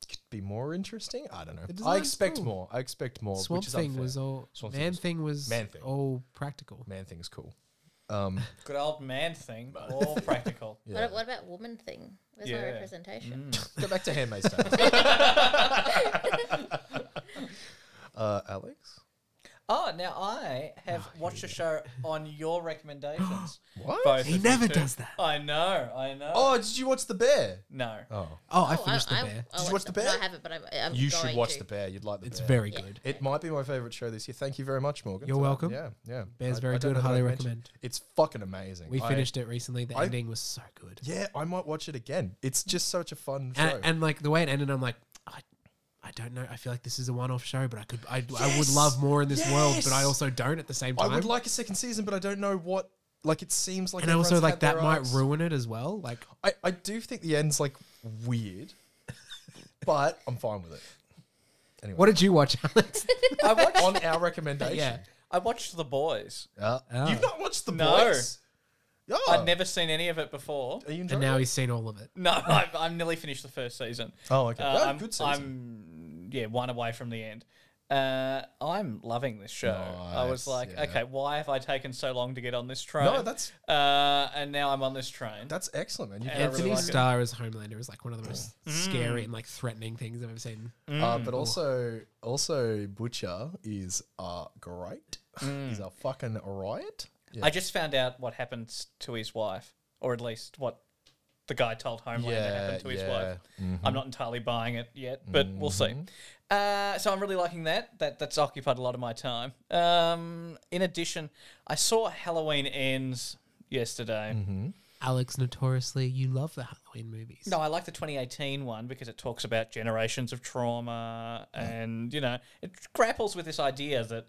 Speaker 2: Could be more interesting. I don't know. I
Speaker 1: design's
Speaker 2: expect
Speaker 1: cool.
Speaker 2: more. I expect more.
Speaker 1: Swamp
Speaker 2: which is
Speaker 1: Thing
Speaker 2: unfair.
Speaker 1: was all.
Speaker 2: Swamp Thing
Speaker 1: man
Speaker 2: was-
Speaker 1: Thing was
Speaker 2: Man Thing.
Speaker 1: all practical.
Speaker 2: man thing's cool. Um,
Speaker 4: Good old man thing, all practical.
Speaker 2: yeah.
Speaker 3: What, what about woman thing? Where's my
Speaker 4: Yeah.
Speaker 1: Mm.
Speaker 3: representation?
Speaker 2: Go back to Handmaid's Tale. uh, Alex?
Speaker 4: Oh, now I
Speaker 1: Oh,
Speaker 4: have watched a show on your recommendations.
Speaker 2: What?
Speaker 4: Both
Speaker 1: He
Speaker 4: of you
Speaker 1: never
Speaker 4: two.
Speaker 1: does that.
Speaker 4: I know, I know.
Speaker 2: Oh, did you watch The Bear?
Speaker 4: no.
Speaker 2: Oh.
Speaker 1: Oh, I finished the bear.
Speaker 2: Did you watch The
Speaker 3: No, I
Speaker 2: Bear?
Speaker 3: haven't, but I'm, I'm
Speaker 2: You
Speaker 3: going
Speaker 2: should watch
Speaker 3: to.
Speaker 2: The Bear. You'd like The
Speaker 1: it's
Speaker 2: Bear.
Speaker 1: very
Speaker 3: Yeah.
Speaker 1: good.
Speaker 2: It might be my favorite show this year. Thank you very much, Morgan.
Speaker 1: You're
Speaker 2: for that.
Speaker 1: welcome.
Speaker 2: Yeah, yeah.
Speaker 1: Bear's very
Speaker 2: don't
Speaker 1: good.
Speaker 2: know that
Speaker 1: Highly
Speaker 2: I've
Speaker 1: recommend.
Speaker 2: It's fucking amazing.
Speaker 1: We
Speaker 2: I-
Speaker 1: finished it recently. The
Speaker 2: I-
Speaker 1: ending was so good.
Speaker 2: yeah, I might watch it again. It's just such a fun show.
Speaker 1: and, and like the way it ended, I'm like, I, I don't know. I feel like this is a one-off show, but I could, I, I would
Speaker 2: Yes!
Speaker 1: love more in this world, but I
Speaker 2: Yes!
Speaker 1: also don't at the same
Speaker 2: I
Speaker 1: time.
Speaker 2: would like a second season, but I don't know what. Like, it seems like.
Speaker 1: and also
Speaker 2: everyone's
Speaker 1: like
Speaker 2: had their
Speaker 1: that might
Speaker 2: arcs.
Speaker 1: ruin it as well. Like
Speaker 2: I, I do think the end's like weird, but I'm fine with it. Anyway,
Speaker 1: What did you watch, Alex?
Speaker 4: I watched.
Speaker 2: on our recommendation.
Speaker 1: yeah.
Speaker 4: I watched The Boys.
Speaker 2: Uh,
Speaker 1: Oh.
Speaker 2: You've not watched The
Speaker 4: No.
Speaker 2: Boys? No.
Speaker 4: I'd never seen any of it before.
Speaker 2: Are you
Speaker 1: And
Speaker 2: enjoying
Speaker 1: now
Speaker 2: it?
Speaker 1: he's seen all of it.
Speaker 4: No, I'm, I'm nearly finished the first season.
Speaker 2: Oh, okay.
Speaker 4: Uh,
Speaker 2: Oh,
Speaker 4: I'm,
Speaker 2: good season.
Speaker 4: I'm yeah, one away from the end. Uh, I'm loving this show. I was
Speaker 2: Nice,
Speaker 4: like,
Speaker 2: yeah.
Speaker 4: okay, why have I taken so long to get on this train?
Speaker 2: No, that's-
Speaker 4: uh, and now I'm on this train.
Speaker 2: That's excellent, man. You
Speaker 4: And I
Speaker 1: Anthony
Speaker 4: really like it. Mm.
Speaker 1: Starr as Homelander is like one of the most scary and like threatening things I've ever seen.
Speaker 2: uh, but also, also Butcher is uh, great.
Speaker 4: Mm.
Speaker 2: He's a fucking riot. Yeah.
Speaker 4: I just found out what happened to his wife, or at least what the guy told Homeland
Speaker 2: Yeah,
Speaker 4: happened to his
Speaker 2: yeah. Mm-hmm.
Speaker 4: wife. I'm not entirely buying it yet, but we'll see. Uh, so I'm really liking that. That that's occupied a lot of my time. Um, in addition, I saw Halloween Ends yesterday.
Speaker 2: Mm-hmm.
Speaker 1: Alex, notoriously, you love the Halloween movies.
Speaker 4: No, I like the 2018 one because it talks about generations of trauma and, you know, it grapples with this idea that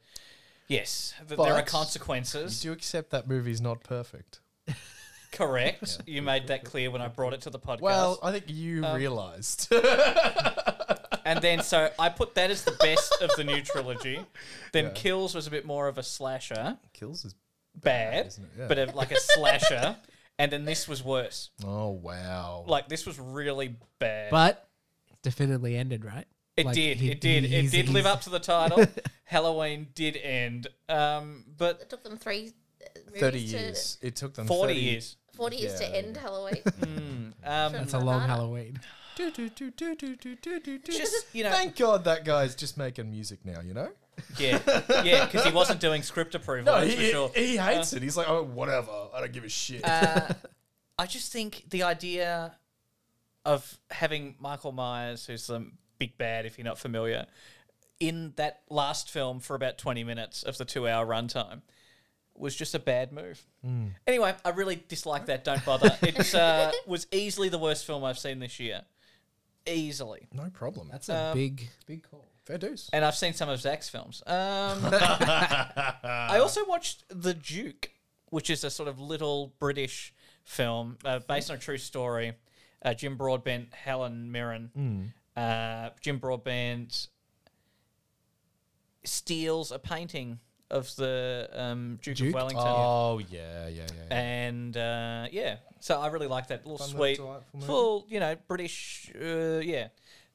Speaker 4: Yes, that there are
Speaker 2: But-
Speaker 4: consequences.
Speaker 2: You do accept that movie's not perfect.
Speaker 4: Correct. You made that clear when I brought it Um, to the podcast.
Speaker 2: Well, I think you realized.
Speaker 4: and then so I put that as the best of the new trilogy. Then Kills was a bit more of a slasher,
Speaker 2: Kills is.
Speaker 4: bad,
Speaker 2: isn't it? Yeah.
Speaker 4: but of like a slasher. And then this was worse.
Speaker 2: Oh wow.
Speaker 4: Like this was really bad.
Speaker 1: But definitely ended, right?
Speaker 4: it
Speaker 1: Like,
Speaker 4: did.
Speaker 1: he-
Speaker 4: it did. It
Speaker 1: he's-
Speaker 4: did live
Speaker 1: he's-
Speaker 4: up to the title. Halloween did end. Um, but
Speaker 3: It took them three uh, movies
Speaker 2: thirty
Speaker 3: to-
Speaker 2: years. It took them
Speaker 4: 40 years.
Speaker 3: 40 years
Speaker 2: Yeah.
Speaker 3: to end Halloween.
Speaker 4: Um,
Speaker 1: That's a long
Speaker 3: Nirvana.
Speaker 1: Halloween.
Speaker 2: Do, do, do, do, do, do, do, do, do.
Speaker 4: Just, you know-
Speaker 2: Thank God that guy's just making music now. You know.
Speaker 4: yeah. Yeah, because he wasn't doing script approval, that's for sure.
Speaker 2: he hates it. He's like, oh, whatever. I don't give a shit.
Speaker 4: Uh, I just think the idea of having Michael Myers, who's the big bad, if you're not familiar, in that last film for about 20 minutes of the two hour runtime was just a bad move. Anyway, I really dislike that. Don't bother. It uh, was easily the worst film I've seen this year. Easily.
Speaker 2: no problem. That's
Speaker 1: That's a
Speaker 4: Um,
Speaker 1: big, big call.
Speaker 2: fair dues.
Speaker 4: And I've seen some of Zach's films. Um, I also watched The Duke, which is a sort of little British film uh, based on a true story. Uh, Jim Broadbent, Helen Mirren. Uh, Jim Broadbent steals a painting of the um, Duke, of
Speaker 1: Duke?
Speaker 4: Wellington.
Speaker 2: Oh yeah, yeah, yeah.
Speaker 4: And uh, yeah, so I really like that little
Speaker 2: Fun little
Speaker 4: sweet,
Speaker 2: delightful movie.
Speaker 4: full, you know, British, uh, yeah.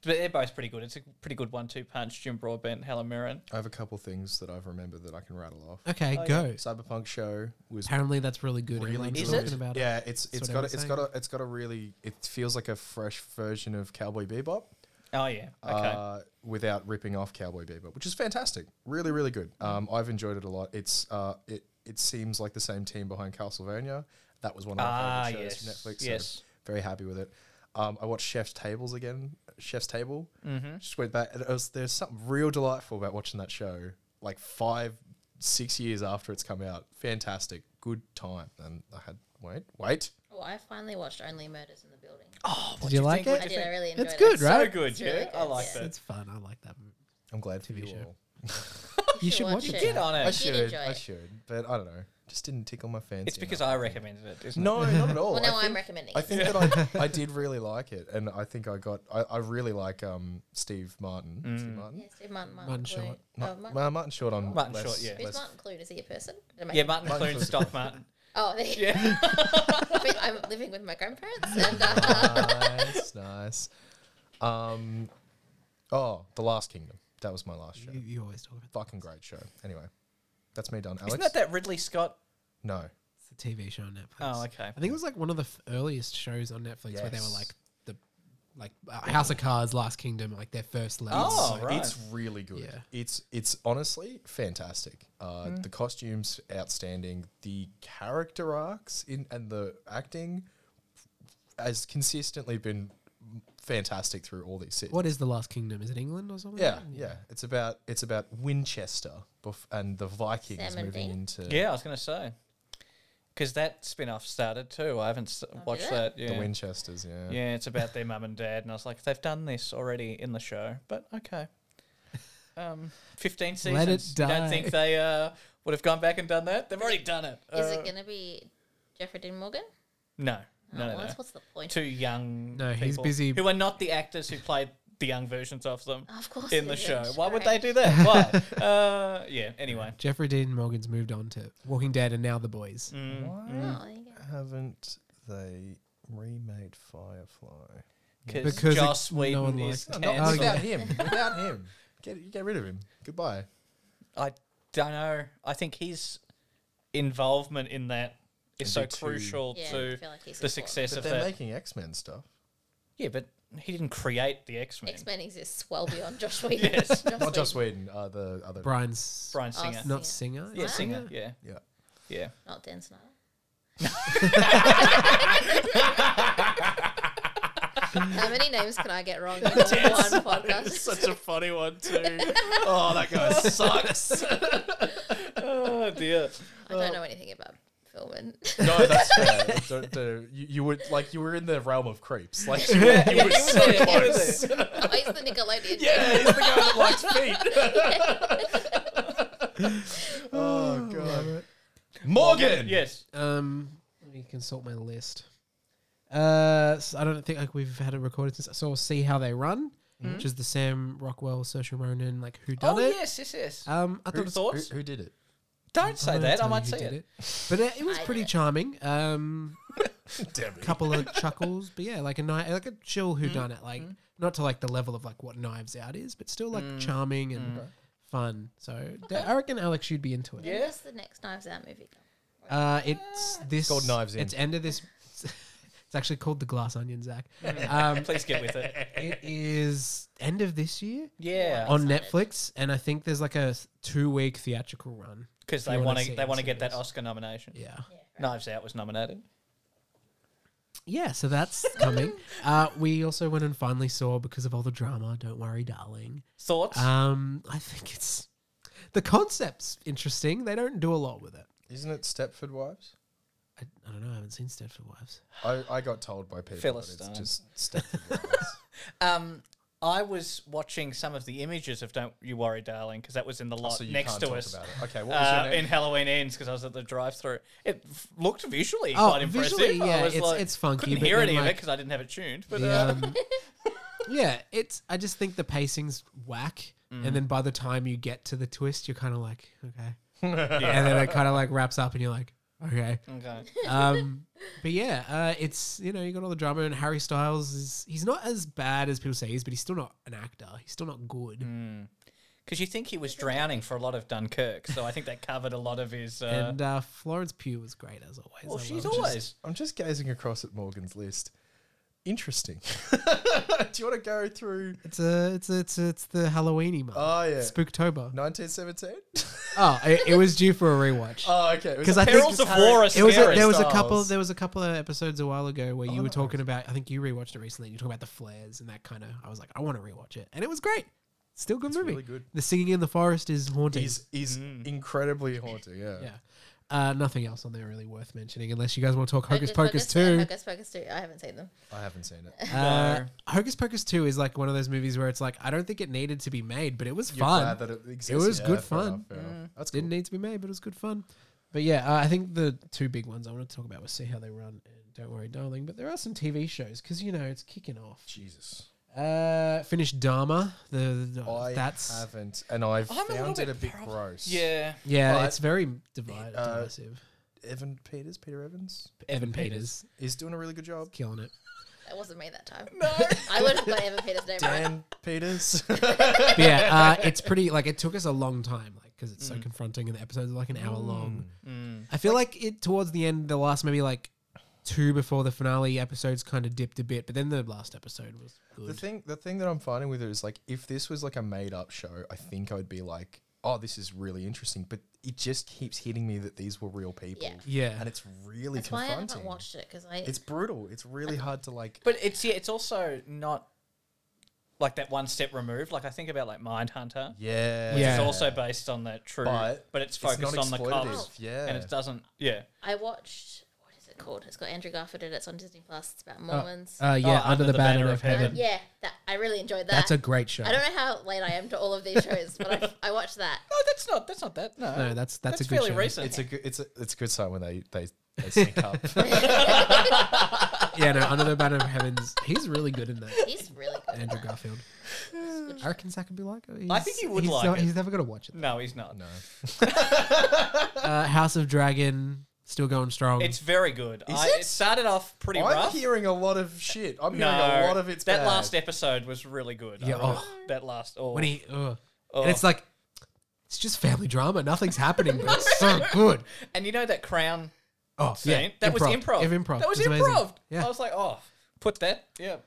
Speaker 4: But they're both pretty good. It's a pretty good one-two punch. Jim Broadbent, Helen Mirren.
Speaker 2: I have a couple things that I've remembered that I can rattle off.
Speaker 1: Okay,
Speaker 4: Oh,
Speaker 1: go.
Speaker 2: Cyberpunk show was
Speaker 1: Apparently, that's really good.
Speaker 2: really
Speaker 1: Everyone's
Speaker 2: good.
Speaker 4: Is
Speaker 1: talking
Speaker 4: it?
Speaker 1: about
Speaker 2: yeah, it's
Speaker 1: That's what
Speaker 2: it's got a,
Speaker 1: I was
Speaker 2: it's got a it's got a really it feels like a fresh version of Cowboy Bebop.
Speaker 4: Oh yeah, okay.
Speaker 2: uh, without ripping off Cowboy Bebop, which is fantastic. Really, really good. Um, I've enjoyed it a lot. It's uh, it it seems like the same team behind Castlevania. That was one of my
Speaker 4: Ah,
Speaker 2: favorite shows
Speaker 4: yes,
Speaker 2: from Netflix. so
Speaker 4: yes.
Speaker 2: very happy with it. Um, I watched Chef's Tables again. Chef's Table. Mm-hmm. Just went back. and It was, there's something real delightful about watching that show. Like five, six years after it's come out. Fantastic. Good time. And I had wait, wait.
Speaker 3: Oh, I finally watched Only Murders in the Building.
Speaker 4: oh, what
Speaker 1: Did
Speaker 4: do
Speaker 1: you like
Speaker 4: think? What
Speaker 3: I
Speaker 4: do
Speaker 3: did.
Speaker 4: you
Speaker 3: I
Speaker 4: think?
Speaker 3: really enjoyed
Speaker 1: It's
Speaker 3: it.
Speaker 1: good,
Speaker 4: So
Speaker 1: right?
Speaker 4: good,
Speaker 3: It's really
Speaker 4: yeah. I
Speaker 3: good,
Speaker 4: like
Speaker 3: yeah.
Speaker 4: that.
Speaker 1: It's fun. I like that movie.
Speaker 2: I'm glad for
Speaker 1: TV
Speaker 2: you
Speaker 1: show.
Speaker 2: all.
Speaker 1: You should watch
Speaker 4: You
Speaker 1: it.
Speaker 4: did on
Speaker 2: I
Speaker 4: it.
Speaker 2: should.
Speaker 3: enjoy
Speaker 2: I
Speaker 3: it.
Speaker 2: should. But I don't know. Just didn't tickle my fancy.
Speaker 4: It's because
Speaker 2: enough.
Speaker 4: I recommended it, isn't
Speaker 2: No, not at all.
Speaker 3: Well, now
Speaker 2: I
Speaker 3: I'm
Speaker 2: think,
Speaker 3: recommending
Speaker 2: I
Speaker 3: it.
Speaker 2: think that I, I did really like it, and I think I got I, I really like um Steve Martin.
Speaker 4: Mm.
Speaker 2: Steve Martin.
Speaker 3: Yeah, Steve Martin,
Speaker 1: Martin
Speaker 3: Martin Clune.
Speaker 1: Short.
Speaker 3: Oh,
Speaker 2: Ma-
Speaker 3: Martin.
Speaker 2: Ma- Martin Short on
Speaker 4: Martin
Speaker 2: less-
Speaker 4: Short, yeah.
Speaker 3: Who's
Speaker 2: less-
Speaker 3: Martin Clune? Is he a person? Did I
Speaker 4: it? Yeah,
Speaker 3: make-
Speaker 4: Martin Clune,
Speaker 2: Clune's
Speaker 4: Stock Martin.
Speaker 3: Oh, there you
Speaker 4: Yeah.
Speaker 3: go. I'm living with my grandparents, and uh,
Speaker 2: nice, nice. Um, oh, The Last Kingdom. That was my last show.
Speaker 1: You, you always talk about
Speaker 2: Fucking great show. Anyway, that's me done. Alex.
Speaker 4: Isn't that that Ridley Scott?
Speaker 2: No.
Speaker 1: it's a TV show on Netflix.
Speaker 4: Oh, okay.
Speaker 1: I think it was like one of the f- earliest shows on Netflix where they were
Speaker 2: Yes.
Speaker 1: like the like uh, House of Cards, Last Kingdom, like their first level.
Speaker 4: Oh,
Speaker 1: So-
Speaker 4: right.
Speaker 2: It's really good.
Speaker 1: Yeah.
Speaker 2: It's it's honestly fantastic. Uh, The costumes outstanding. The character arcs in and the acting has consistently been fantastic through all these seasons.
Speaker 1: What is the Last Kingdom? Is it England or something?
Speaker 2: Yeah, yeah. It's about it's about Winchester bef- and the Vikings
Speaker 3: Sam and
Speaker 2: moving
Speaker 3: Dean?
Speaker 2: into
Speaker 4: Yeah, I was going to say. Because that spin off started too. I haven't
Speaker 3: Oh,
Speaker 4: s watched
Speaker 3: yeah?
Speaker 4: that.
Speaker 2: the
Speaker 4: Yeah.
Speaker 2: Winchesters. Yeah.
Speaker 4: yeah, it's about their mum and dad. And I was like, they've done this already in the show, but okay. Um, 15 seasons.
Speaker 1: Let it
Speaker 4: You
Speaker 1: die.
Speaker 4: don't think they uh, would have gone back and done that? They've already done it.
Speaker 3: is it
Speaker 4: Uh,
Speaker 3: going to be Jeffrey Dean Morgan?
Speaker 4: No.
Speaker 3: Oh,
Speaker 4: No, no,
Speaker 3: well,
Speaker 4: no.
Speaker 3: that's what's the point?
Speaker 4: Two young.
Speaker 1: No, he's
Speaker 4: people
Speaker 1: busy-
Speaker 4: Who are not the actors who played the young versions of them.
Speaker 3: Of course,
Speaker 4: in
Speaker 3: it
Speaker 4: the
Speaker 3: is.
Speaker 4: show. Why would they
Speaker 3: Correct.
Speaker 4: do that? Why? uh, yeah. Anyway,
Speaker 1: Jeffrey Dean Morgan's moved on to Walking Dead and now The Boys.
Speaker 4: Mm.
Speaker 2: Why
Speaker 1: Mm.
Speaker 4: Mm-hmm.
Speaker 3: Oh, there you go.
Speaker 2: haven't they remade Firefly?
Speaker 4: because
Speaker 1: Because it-
Speaker 4: Joss
Speaker 1: no
Speaker 4: Whedon
Speaker 1: one
Speaker 4: is
Speaker 1: liked
Speaker 2: No,
Speaker 1: it.
Speaker 2: not,
Speaker 1: Oh,
Speaker 4: cancelled.
Speaker 2: without him. Without him. Get get rid of him. Goodbye.
Speaker 4: I don't know. I think his involvement in that is so
Speaker 2: It'd be too-
Speaker 4: crucial
Speaker 3: Yeah, I
Speaker 4: to
Speaker 3: feel like he's
Speaker 4: the
Speaker 3: important.
Speaker 4: success
Speaker 2: But
Speaker 4: of
Speaker 2: they're
Speaker 4: that.
Speaker 2: making X Men stuff.
Speaker 4: yeah, but he didn't create the X Men.
Speaker 3: X Men exists well beyond Josh Whedon.
Speaker 4: Yes.
Speaker 3: Joss
Speaker 2: Not just Whedon. Uh, the other.
Speaker 1: Brian's
Speaker 4: Brian Singer.
Speaker 3: Singer.
Speaker 1: not Singer.
Speaker 4: yeah, Oh, Singer. Yeah,
Speaker 2: Yeah.
Speaker 4: yeah.
Speaker 3: Whedon, not Dan Snyder. How many names can I get wrong in one podcast?
Speaker 4: Such a funny one too.
Speaker 2: Oh, that guy sucks.
Speaker 4: oh dear.
Speaker 3: I don't know anything about filming.
Speaker 2: no, that's fair. Don't, do you, you were like you were in the realm of creeps. Like you were, you were
Speaker 4: You
Speaker 2: so
Speaker 4: were there, you were
Speaker 2: close.
Speaker 4: there.
Speaker 3: oh, he's the Nickelodeon.
Speaker 2: Yeah, he's the guy that likes feet. oh god.
Speaker 4: Morgan.
Speaker 2: Morgan.
Speaker 4: Yes.
Speaker 1: Um, let me consult my list. Uh, so I don't think like we've had it recorded since. So we'll see how they run, which is the Sam Rockwell, Saoirse Ronan, like who done
Speaker 4: Mm-hmm. Oh
Speaker 1: it.
Speaker 4: yes, yes, yes.
Speaker 1: Um, I thought
Speaker 4: Who-
Speaker 1: it's-
Speaker 4: Thoughts?
Speaker 2: Who, who did it?
Speaker 4: Don't say
Speaker 1: I'm not
Speaker 4: that. I
Speaker 1: telling
Speaker 4: might
Speaker 1: you who
Speaker 4: say it.
Speaker 1: did but it, it was
Speaker 3: I
Speaker 1: pretty
Speaker 3: did it.
Speaker 1: charming. Um,
Speaker 2: Damn it.
Speaker 1: couple of chuckles, but yeah, like a night, like a chill who done it, like not to like the level of like what Knives Out is, but still like charming and fun. So d- I reckon Alex, you'd be into it.
Speaker 4: Yeah.
Speaker 3: What's the next Knives Out movie?
Speaker 1: Uh, it's this.
Speaker 2: called Knives In.
Speaker 1: It's end of this. It's actually called the Glass Onion, Zach. Um,
Speaker 4: Please get with it.
Speaker 1: it is end of this year
Speaker 4: Yeah,
Speaker 1: on
Speaker 3: excited.
Speaker 1: Netflix, and I think there's like a two week theatrical run.
Speaker 4: because
Speaker 1: You
Speaker 4: they
Speaker 1: wanna
Speaker 4: want
Speaker 1: see
Speaker 4: to
Speaker 1: it,
Speaker 4: they want
Speaker 1: so
Speaker 4: to get that
Speaker 1: yes.
Speaker 4: Oscar nomination.
Speaker 1: Yeah,
Speaker 4: Knives Out was nominated.
Speaker 1: yeah. So that's coming. uh, we also went and finally saw because of all the drama. Don't worry, darling.
Speaker 4: Thoughts?
Speaker 1: Um, I think it's the concept's interesting. They don't do a lot with it.
Speaker 2: Isn't it Stepford Wives?
Speaker 1: I, I don't know. I haven't seen Stepford Wives.
Speaker 2: I, I got told by people that it's
Speaker 4: Philistine.
Speaker 2: just Stepford Wives.
Speaker 4: Um, I was watching some of the images of "Don't You Worry, Darling" because that was in
Speaker 1: Oh,
Speaker 4: the lot
Speaker 2: so you
Speaker 4: next
Speaker 2: can't
Speaker 4: to
Speaker 2: talk
Speaker 4: us
Speaker 2: about it. Okay, what was
Speaker 4: uh,
Speaker 2: your name?
Speaker 4: in Halloween Ends because I was at the drive-through. It f- looked visually
Speaker 1: Oh,
Speaker 4: quite impressive.
Speaker 1: visually,
Speaker 4: I
Speaker 1: yeah,
Speaker 4: was
Speaker 1: it's-
Speaker 4: like-
Speaker 1: it's funky,
Speaker 4: Couldn't
Speaker 1: but
Speaker 4: hear
Speaker 1: then,
Speaker 4: any of it
Speaker 1: like,
Speaker 4: because I didn't have it tuned. But
Speaker 1: The,
Speaker 4: uh,
Speaker 1: um, yeah, it's. I just think the pacing's whack, and then by the time you get to the twist, you're kind of like, okay, and then it kind of like wraps up, and you're like, okay.
Speaker 4: okay.
Speaker 1: Um, but yeah, uh, it's you know you got all the drama, and Harry Styles is he's not as bad as people say he is, but he's still not an actor. He's still not good.
Speaker 4: Because you think he was drowning for a lot of Dunkirk, so I think that covered a lot of his. Uh,
Speaker 1: And uh, Florence Pugh was great as always.
Speaker 4: well,
Speaker 1: I
Speaker 4: she's
Speaker 1: loved her.
Speaker 4: always.
Speaker 2: I'm just gazing across at Morgan's list. Interesting. Do you want to go through?
Speaker 1: It's a it's a, it's a, it's the Halloweeny month.
Speaker 2: Oh yeah,
Speaker 1: Spooktober.
Speaker 2: 1917.
Speaker 1: Oh, it, it was due for a rewatch.
Speaker 2: oh okay.
Speaker 1: 'Cause I think-
Speaker 4: Perils of War are
Speaker 1: it was a,
Speaker 4: scary.
Speaker 1: there was a
Speaker 2: Styles.
Speaker 1: couple there was a couple of episodes a while ago
Speaker 2: Oh,
Speaker 1: where you were talking about I think you rewatched it recently. and You were talking about the flares and that kind of. I was like, I want to rewatch it, and it was great. Still good movie.
Speaker 2: really good.
Speaker 1: The singing in the forest is haunting.
Speaker 2: is is incredibly haunting. Yeah.
Speaker 1: yeah. Uh, nothing else on there really worth mentioning, unless you guys want to talk Hocus
Speaker 3: Hocus
Speaker 1: Pocus
Speaker 3: Pocus, uh,
Speaker 1: two.
Speaker 3: Hocus Pocus 2. I haven't seen them.
Speaker 2: I haven't seen it.
Speaker 1: Uh, Hocus Pocus two is like one of those movies where it's like I don't think it needed to be made, but it was
Speaker 2: You're
Speaker 1: fun.
Speaker 2: glad that it exists.
Speaker 1: was
Speaker 2: Yeah,
Speaker 1: good
Speaker 2: fair enough,
Speaker 1: fun. Mm.
Speaker 2: fair enough. That's
Speaker 1: didn't
Speaker 2: cool.
Speaker 1: need to be made, but it was good fun. But yeah, uh, I think the two big ones I want to talk about was see how they run and don't worry, darling. But there are some TV shows because you know it's kicking off.
Speaker 2: Jesus.
Speaker 1: Uh, finished Dharma. The, the-
Speaker 2: I
Speaker 1: Oh, that's
Speaker 2: haven't, and I've
Speaker 4: I'm a little
Speaker 2: found
Speaker 4: bit
Speaker 2: it a bit
Speaker 4: paranoid.
Speaker 2: gross.
Speaker 4: Yeah.
Speaker 1: yeah,
Speaker 2: but-
Speaker 1: it's very divided,
Speaker 2: Uh,
Speaker 1: divisive.
Speaker 2: Evan Peters, Peter Evans,
Speaker 1: Evan Peters
Speaker 2: is doing a really good job.
Speaker 1: killing it
Speaker 3: That wasn't me that time. No. I would have got Evan Peters' name right.
Speaker 2: Dan Peters.
Speaker 1: but yeah uh, it's pretty like it took us a long time like because it's so
Speaker 2: Mm.
Speaker 1: confronting and the episodes are like an hour long i feel like, it towards the end the last maybe like two before the finale episodes kind of dipped a bit but then the last episode was good
Speaker 2: The thing, the thing that I'm finding with it is like, if this was like a made up show, I think I would be like, oh, this is really interesting. But it just keeps hitting me that these were real people.
Speaker 3: Yeah.
Speaker 1: Yeah.
Speaker 2: and it's really
Speaker 3: That's why I
Speaker 2: confronting.
Speaker 3: haven't watched it because I.
Speaker 2: It's brutal. It's really hard to like.
Speaker 4: But it's yeah, it's also not like that one step removed. Like I think about like Mindhunter.
Speaker 2: Yeah,
Speaker 1: Which is
Speaker 4: It's also based on the true,
Speaker 2: But
Speaker 4: but, it's focused on the cops,
Speaker 2: exploitative, yeah.
Speaker 4: and it doesn't. Yeah,
Speaker 3: I watched. What is it called? It's got Andrew Garfield in it. It's on Disney Plus. It's about Mormons.
Speaker 1: uh, yeah
Speaker 4: Oh,
Speaker 1: under, the, banner, of heaven,
Speaker 4: Heaven.
Speaker 3: yeah, that, I really enjoyed that.
Speaker 1: that's a great show
Speaker 3: I don't know how late I am to all of these shows, but I, I watched that.
Speaker 4: no, that's not. That's not that. No,
Speaker 1: No, that's- that's a good
Speaker 4: fairly
Speaker 1: show.
Speaker 4: recent.
Speaker 2: It's a good. It's a. It's a good sign when they they they sync up.
Speaker 1: yeah no under the banner of heavens he's really good in that
Speaker 3: He's really good.
Speaker 1: andrew garfield I reckon Zach would be like it.
Speaker 4: I think
Speaker 1: He's-
Speaker 4: he would
Speaker 1: he's
Speaker 4: like
Speaker 1: not-
Speaker 4: it.
Speaker 1: He's never going to watch it.
Speaker 4: no, he's not.
Speaker 2: no,
Speaker 1: Uh, House of Dragon, still going strong.
Speaker 4: It's very good.
Speaker 2: Is
Speaker 4: I,
Speaker 2: it?
Speaker 4: it? started off pretty
Speaker 2: I'm
Speaker 4: rough.
Speaker 2: hearing a lot of shit. I'm
Speaker 4: no,
Speaker 2: hearing a lot of it's
Speaker 4: that
Speaker 2: bad.
Speaker 4: last episode was really good. I
Speaker 1: Yeah,
Speaker 4: remember
Speaker 1: oh.
Speaker 4: that last. Oh,
Speaker 1: when he ugh.
Speaker 4: Oh.
Speaker 1: and it's like it's just family drama nothing's happening but it's so good
Speaker 4: and you know that crown
Speaker 1: oh
Speaker 4: scene
Speaker 1: yeah
Speaker 4: that was improv.
Speaker 1: If improv
Speaker 4: That was
Speaker 1: It's amazing.
Speaker 4: improv. I
Speaker 1: yeah
Speaker 4: was like, oh, put that. Yeah.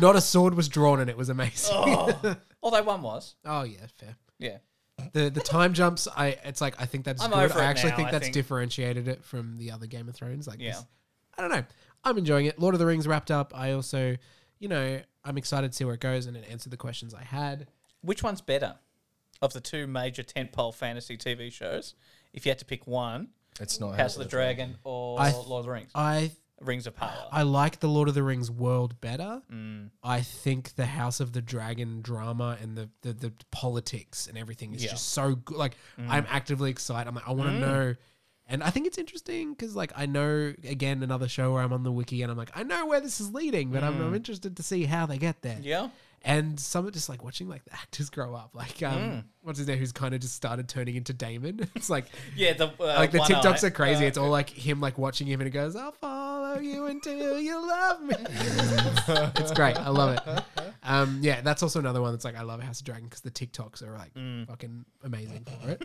Speaker 1: not a sword was drawn and it was amazing oh,
Speaker 4: Although one was.
Speaker 1: yeah fair
Speaker 4: Yeah.
Speaker 1: the the time jumps i it's like i think that's
Speaker 4: I'm
Speaker 1: good
Speaker 4: over
Speaker 1: i
Speaker 4: it
Speaker 1: actually
Speaker 4: now,
Speaker 1: think
Speaker 4: I
Speaker 1: that's
Speaker 4: think.
Speaker 1: differentiated it from the other game of thrones like
Speaker 4: Yeah.
Speaker 1: this- i don't know i'm enjoying it lord of the rings wrapped up i also you know i'm excited to see where it goes and it answered the questions i had
Speaker 4: Which one's better of the two major tentpole fantasy TV shows? If you had to pick one,
Speaker 2: It's not
Speaker 4: House of the Dragon or
Speaker 1: I-
Speaker 4: Lord of the Rings?
Speaker 1: i
Speaker 4: Rings of Power.
Speaker 1: I like the Lord of the Rings world better.
Speaker 4: Mm.
Speaker 1: I think the House of the Dragon drama and the the, the politics and everything is
Speaker 4: Yeah. Mm.
Speaker 1: just so good. Like I'm actively excited. I'm like I want to know. And I think it's interesting because, like, I know again another show where I'm on the wiki and I'm like, I know where this is leading, but I'm, I'm interested to see how they get there.
Speaker 4: Mm. yeah.
Speaker 1: And some are just like watching like the actors grow up. Like, um,
Speaker 4: Mm.
Speaker 1: what's his name? Who's kind of just started turning into Damon? It's like
Speaker 4: Yeah, the uh,
Speaker 1: like the
Speaker 4: one
Speaker 1: TikToks
Speaker 4: eye.
Speaker 1: are crazy.
Speaker 4: Uh,
Speaker 1: it's all like him like watching him and it goes, I'll follow you until you love me. it's great. I love it. Um, yeah, that's also another one that's like I love House of Dragon because the TikToks are like
Speaker 4: Mm.
Speaker 1: fucking amazing for it.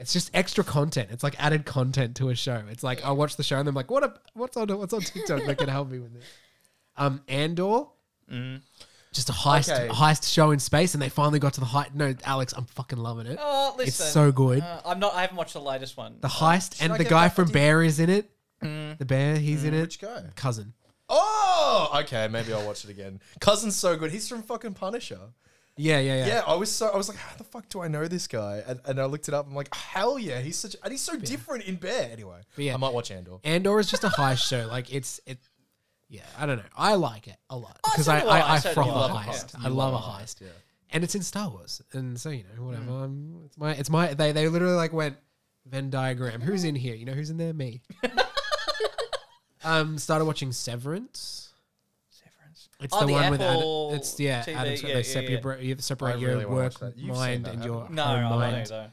Speaker 1: it's just extra content. It's like added content to a show. It's like I'll watch the show and I'm like, what a, what's on what's on TikTok that can help me with this? Um, Andor.
Speaker 4: Mm.
Speaker 1: Just a heist,
Speaker 2: Okay.
Speaker 1: heist show in space, and they finally got to the height. No, Alex, I'm fucking loving it.
Speaker 4: oh, listen,
Speaker 1: so good.
Speaker 4: Uh, I'm not. I haven't watched the latest one.
Speaker 1: The heist and
Speaker 2: I
Speaker 1: the
Speaker 2: get
Speaker 1: guy
Speaker 2: back
Speaker 1: from
Speaker 2: to-
Speaker 1: Bear is in it. The bear, he's in it.
Speaker 2: Which guy?
Speaker 1: Cousin.
Speaker 2: Oh, okay. Maybe I'll watch it again. Cousin's so good. He's from fucking Punisher.
Speaker 1: Yeah, yeah, yeah.
Speaker 2: Yeah, I was so I was like, how the fuck do I know this guy? And, and I looked it up. I'm like, hell yeah, he's such and he's so different in Bear. Anyway,
Speaker 1: yeah.
Speaker 2: I might watch Andor.
Speaker 1: Andor is just a heist show. Like it's it. Yeah, I don't know. I like it a lot because
Speaker 4: so
Speaker 1: I
Speaker 4: do
Speaker 1: I,
Speaker 4: I.
Speaker 1: I,
Speaker 4: So do
Speaker 1: froth
Speaker 4: you.
Speaker 1: a
Speaker 4: Love a
Speaker 1: heist.
Speaker 4: heist.
Speaker 1: I love a heist.
Speaker 2: yeah.
Speaker 1: And it's in Star Wars, and so you know whatever. Um, it's my it's my they they literally like went Venn diagram. Who's in here? You know who's in there? Me. um, started watching Severance.
Speaker 4: Severance.
Speaker 1: It's
Speaker 4: Oh,
Speaker 1: the,
Speaker 4: the
Speaker 1: one with
Speaker 4: Apple
Speaker 1: Adam, it's yeah,
Speaker 4: TV,
Speaker 1: Adam,
Speaker 4: yeah,
Speaker 1: they
Speaker 4: yeah,
Speaker 1: separate, You separate
Speaker 2: I
Speaker 1: your
Speaker 2: really wanna watch
Speaker 1: work
Speaker 2: that. You've seen
Speaker 1: mind
Speaker 2: that,
Speaker 1: and your
Speaker 2: haven't
Speaker 4: No,
Speaker 1: home
Speaker 4: I
Speaker 1: Oh, mind.
Speaker 4: don't know.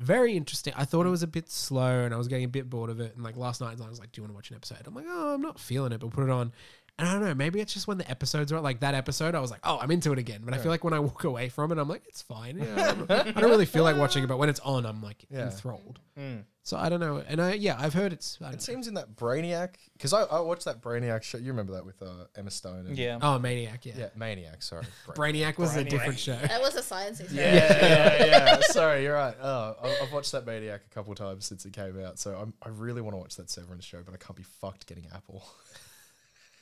Speaker 1: very interesting. I thought it was a bit slow and I was getting a bit bored of it. And like last night, I was like, "Do you want to watch an episode?" I'm like, "Oh, I'm not feeling it," but put it on. And I don't know. Maybe it's just when the episodes are like that episode. I was like, "Oh, I'm into it again." But I feel like when I walk away from it, I'm like, "It's fine." Yeah, I'm- I don't really feel like watching it, but when it's on, I'm like
Speaker 2: Yeah.
Speaker 1: enthralled.
Speaker 4: Hmm.
Speaker 1: So I don't know. And I yeah, I've heard it's. I don't
Speaker 2: It
Speaker 1: know.
Speaker 2: seems in that Brainiac because I, I watched that Brainiac show. You remember that with uh, Emma Stone? And,
Speaker 4: Yeah.
Speaker 1: Oh, Maniac. Yeah.
Speaker 2: yeah, Maniac. Sorry, Brainiac.
Speaker 1: Brainiac was a
Speaker 4: Brainiac.
Speaker 1: different show.
Speaker 3: That was a science experiment.
Speaker 2: Yeah, yeah, yeah. Sorry, you're right. Oh, I- I've watched that Maniac a couple times since it came out, so I'm, I really want to watch that Severance show, but I can't be fucked getting Apple.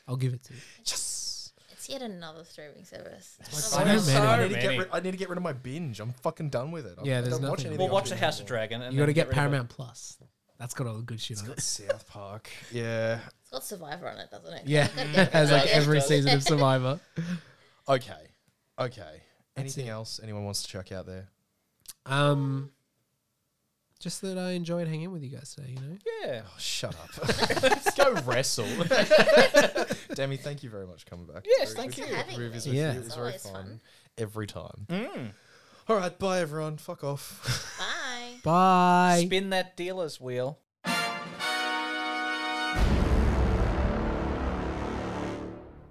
Speaker 1: I'll give it to you.
Speaker 2: Yes.
Speaker 3: It's yet another streaming service.
Speaker 1: So
Speaker 3: Oh,
Speaker 1: many.
Speaker 2: I
Speaker 3: well,
Speaker 2: need,
Speaker 4: So
Speaker 2: to get
Speaker 4: many.
Speaker 2: rid, I need to get rid of my binge. I'm fucking done with it. I
Speaker 1: Yeah, there's
Speaker 2: don't watch
Speaker 1: nothing.
Speaker 2: anything
Speaker 4: We'll
Speaker 2: on
Speaker 4: watch the
Speaker 2: binge
Speaker 4: House of
Speaker 2: anymore.
Speaker 4: Dragon. And
Speaker 1: You got to
Speaker 4: then
Speaker 1: get
Speaker 4: rid of it.
Speaker 1: Paramount Plus. That's got all the good shit on it.
Speaker 2: South Park. Yeah.
Speaker 3: It's got Survivor on it, doesn't it?
Speaker 1: Yeah,
Speaker 3: Gotta get
Speaker 1: it has like
Speaker 4: Yeah.
Speaker 1: every season of Survivor.
Speaker 2: Okay. Okay. Anything else anyone wants to check out there?
Speaker 1: Um, just that I enjoyed hanging with you guys today. You know,
Speaker 4: Yeah.
Speaker 2: Oh, shut up. Go wrestle. Demi, thank you very much for coming back.
Speaker 4: Yes, thank you.
Speaker 3: for having me.
Speaker 2: Movies
Speaker 1: me.
Speaker 2: with
Speaker 1: Yeah.
Speaker 2: you. It
Speaker 1: It's
Speaker 2: was very
Speaker 3: always
Speaker 2: fun.
Speaker 3: fun.
Speaker 2: Every time.
Speaker 4: Mm.
Speaker 2: All right. Bye, everyone. Fuck off.
Speaker 3: Bye.
Speaker 1: bye.
Speaker 4: Spin that dealer's wheel.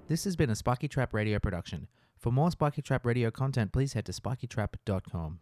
Speaker 5: This has been a Spiky Trap Radio production. For more Spiky Trap Radio content, please head to spikytrap.com.